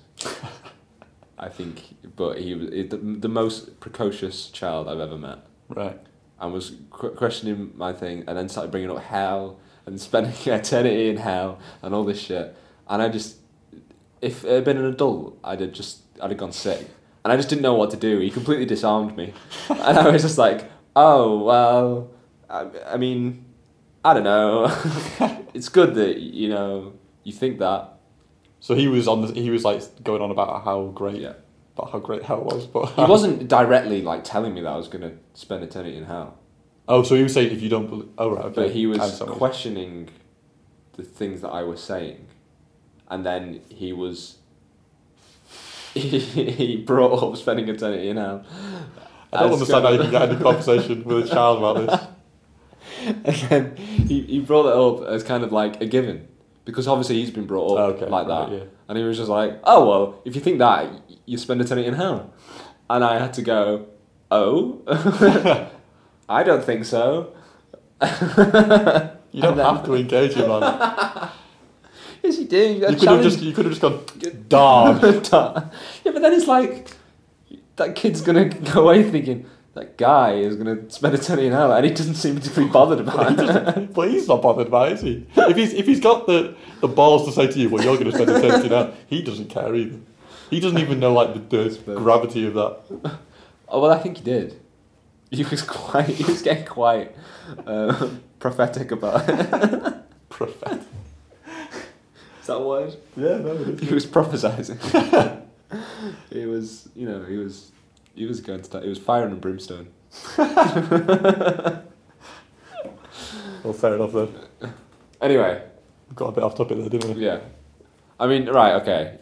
Speaker 1: I think, but he was the, the most precocious child I've ever met.
Speaker 2: Right.
Speaker 1: and was qu- questioning my thing, and then started bringing up hell and spending eternity in hell and all this shit. And I just, if it had been an adult, I'd have just, I'd have gone sick. And I just didn't know what to do. He completely disarmed me, and I was just like, oh well, I, I mean, I don't know. it's good that you know you think that.
Speaker 2: So he was on. The, he was like going on about how great.
Speaker 1: Yeah.
Speaker 2: About how great hell was, but
Speaker 1: He wasn't directly like telling me that I was gonna spend eternity in hell.
Speaker 2: Oh, so he was saying if you don't believe. Oh right. Okay.
Speaker 1: But he
Speaker 2: I'm
Speaker 1: was
Speaker 2: sorry.
Speaker 1: questioning the things that I was saying, and then he was he brought up spending eternity in hell.
Speaker 2: I don't
Speaker 1: as
Speaker 2: understand how
Speaker 1: kind
Speaker 2: you
Speaker 1: of-
Speaker 2: can get any conversation with a child about this.
Speaker 1: And then he, he brought it up as kind of like a given because obviously he's been brought up
Speaker 2: Oh, okay.
Speaker 1: like that,
Speaker 2: right, yeah.
Speaker 1: and he was just like, "Oh well, if you think that, y- you spend eternity in hell," and I had to go, "Oh, I don't think so."
Speaker 2: You don't
Speaker 1: And then-
Speaker 2: have to engage him, man.
Speaker 1: Yes, you do. You,
Speaker 2: You
Speaker 1: gotta
Speaker 2: could have
Speaker 1: challenge
Speaker 2: just. You could have just gone.
Speaker 1: Dog.
Speaker 2: Dog.
Speaker 1: yeah, but then it's like that kid's gonna go away thinking that guy is gonna spend eternity in hell, and he doesn't seem to be bothered
Speaker 2: He
Speaker 1: about it.
Speaker 2: doesn't- Well, he's not bothered by it, is he? If he's if he's got the, the balls to say to you, well, you're going to spend eternity now, he doesn't care either. He doesn't even know like the, the gravity of that.
Speaker 1: oh well, I think he did. He was quite. He was getting quite uh, prophetic about it.
Speaker 2: Prophet.
Speaker 1: Is that a word?
Speaker 2: Yeah, no. it
Speaker 1: He
Speaker 2: is.
Speaker 1: was prophesizing. he was, you know, he was, he was going to. He was firing and brimstone.
Speaker 2: Well, fair enough then.
Speaker 1: Anyway,
Speaker 2: Got a bit off topic there, didn't we?
Speaker 1: yeah. I mean, right, okay.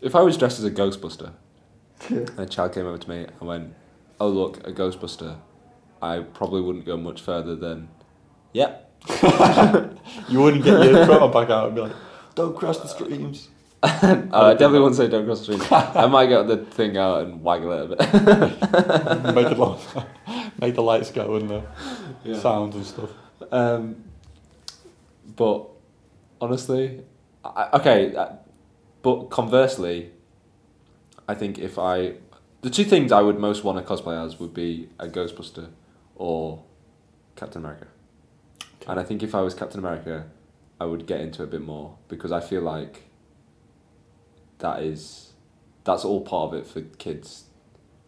Speaker 1: If I was dressed as a Ghostbuster, and a child came over to me and went, "Oh look, a Ghostbuster," I probably wouldn't go much further than, "Yep."
Speaker 2: you wouldn't get your crop back out and be like, don't cross the streams.
Speaker 1: I Uh, definitely wouldn't say don't cross the street. I might get the thing out and waggle it a bit.
Speaker 2: make, the, lo- make the lights go and the
Speaker 1: Yeah.
Speaker 2: sounds and stuff.
Speaker 1: Um, but honestly, I, okay. uh, But conversely, I think if I, the two things I would most want to cosplay as would be a Ghostbuster or Captain America. And I think if I was Captain America, I would get into it a bit more because I feel like that is that's all part of it for kids.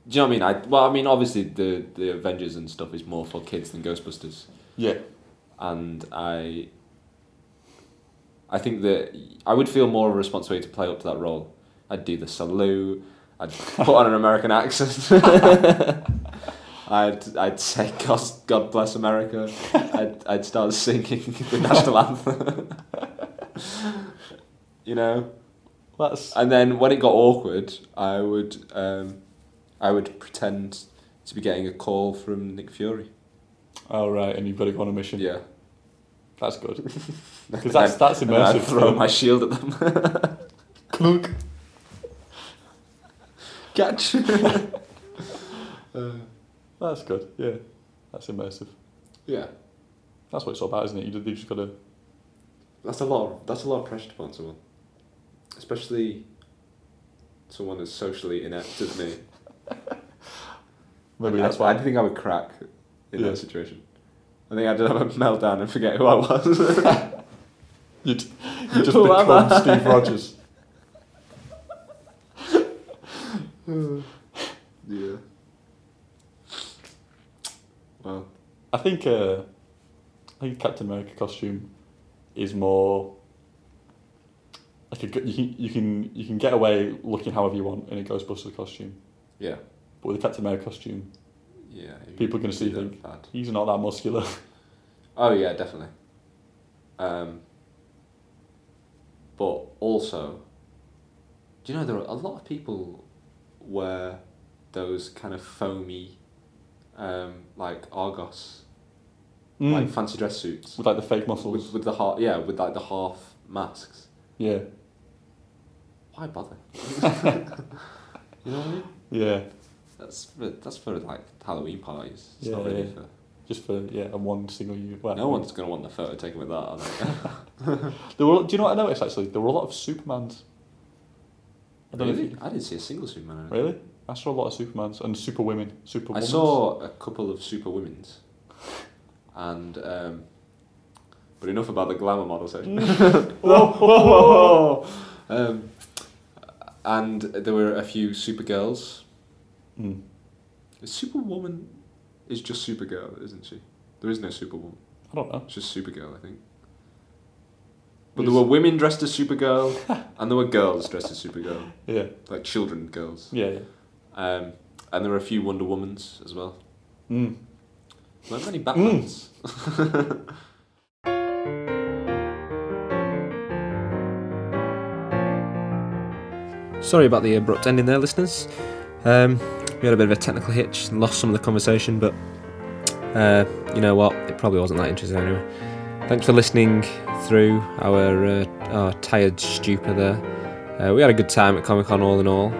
Speaker 1: Do you know what I mean? I well, I mean obviously the the Avengers and stuff is more for kids than Ghostbusters
Speaker 2: Yeah,
Speaker 1: and I I think that I would feel more of a responsibility to play up to that role. I'd do the salute, I'd put on an American accent. I'd I'd say God, God bless America. I'd I'd start singing the national anthem. you know?
Speaker 2: that's
Speaker 1: And then when it got awkward, I would um, I would pretend to be getting a call from Nick Fury.
Speaker 2: all right. And you've got to go on a mission.
Speaker 1: Yeah.
Speaker 2: that's good because that's that's
Speaker 1: And then I'd
Speaker 2: immersive.
Speaker 1: throw my shield at them.
Speaker 2: Clunk.
Speaker 1: Catch.
Speaker 2: That's good. Yeah, that's immersive.
Speaker 1: yeah,
Speaker 2: That's what it's all about, isn't it? You just, you just got to.
Speaker 1: that's a lot. Of, that's a lot of pressure to put on someone, especially someone as socially inept as me.
Speaker 2: Maybe
Speaker 1: I-
Speaker 2: that's
Speaker 1: I,
Speaker 2: why.
Speaker 1: I think I would crack in
Speaker 2: Yeah.
Speaker 1: that situation. I think I'd have a meltdown and forget who I was.
Speaker 2: You'd, you'd just
Speaker 1: Who am
Speaker 2: become
Speaker 1: I?
Speaker 2: Steve Rogers.
Speaker 1: yeah. Well,
Speaker 2: I think. Uh, I think Captain America costume is more. Like a, good- you can you can you can get away looking however you want in a Ghostbusters costume,
Speaker 1: yeah,
Speaker 2: but with a Captain America costume,
Speaker 1: yeah. you
Speaker 2: People are gonna
Speaker 1: do
Speaker 2: see
Speaker 1: that
Speaker 2: them.
Speaker 1: bad.
Speaker 2: he's not that muscular.
Speaker 1: Oh yeah, definitely. Um, but also, do you know there are a lot of people wear those kind of foamy, um, like Argos, like
Speaker 2: Mm.
Speaker 1: fancy dress suits
Speaker 2: With like the fake
Speaker 1: with,
Speaker 2: muscles.
Speaker 1: with the half yeah with like the half masks.
Speaker 2: Yeah,
Speaker 1: Why bother? you know what I mean?
Speaker 2: yeah.
Speaker 1: That's for, that's for like Halloween parties. It's
Speaker 2: Yeah,
Speaker 1: not really
Speaker 2: yeah.
Speaker 1: for.
Speaker 2: Just for yeah, a one single unit. Well,
Speaker 1: No one's gonna want the photo taken with that. Are they?
Speaker 2: There were. Do you know what I noticed actually? There were a lot of Supermans. I don't know. If
Speaker 1: really?
Speaker 2: you,
Speaker 1: I didn't see a single Superman. in it.
Speaker 2: really? I saw a lot of Supermans and Superwomen. Superwomen.
Speaker 1: I saw a couple of super women's, and um, but enough about the glamour eh? model section. Mm. whoa, whoa, whoa! Um, and there were a few super girls.
Speaker 2: Mm.
Speaker 1: Superwoman is just Supergirl, isn't she? There is no Superwoman.
Speaker 2: I don't know.
Speaker 1: It's just Supergirl, I think. But there were women dressed as Supergirl, and there were girls dressed as Supergirl,
Speaker 2: Yeah.
Speaker 1: like children girls.
Speaker 2: Yeah. yeah.
Speaker 1: Um, and there were a few Wonder Womans as well.
Speaker 2: Mm.
Speaker 1: Weren't many Batmans. Sorry about the abrupt ending there, listeners. Um, we had a bit of a technical hitch and lost some of the conversation, but uh, you know what? It probably wasn't that interesting anyway. Thanks for listening through our, uh, our tired stupor there. Uh, we had a good time at Comic Con, all in all.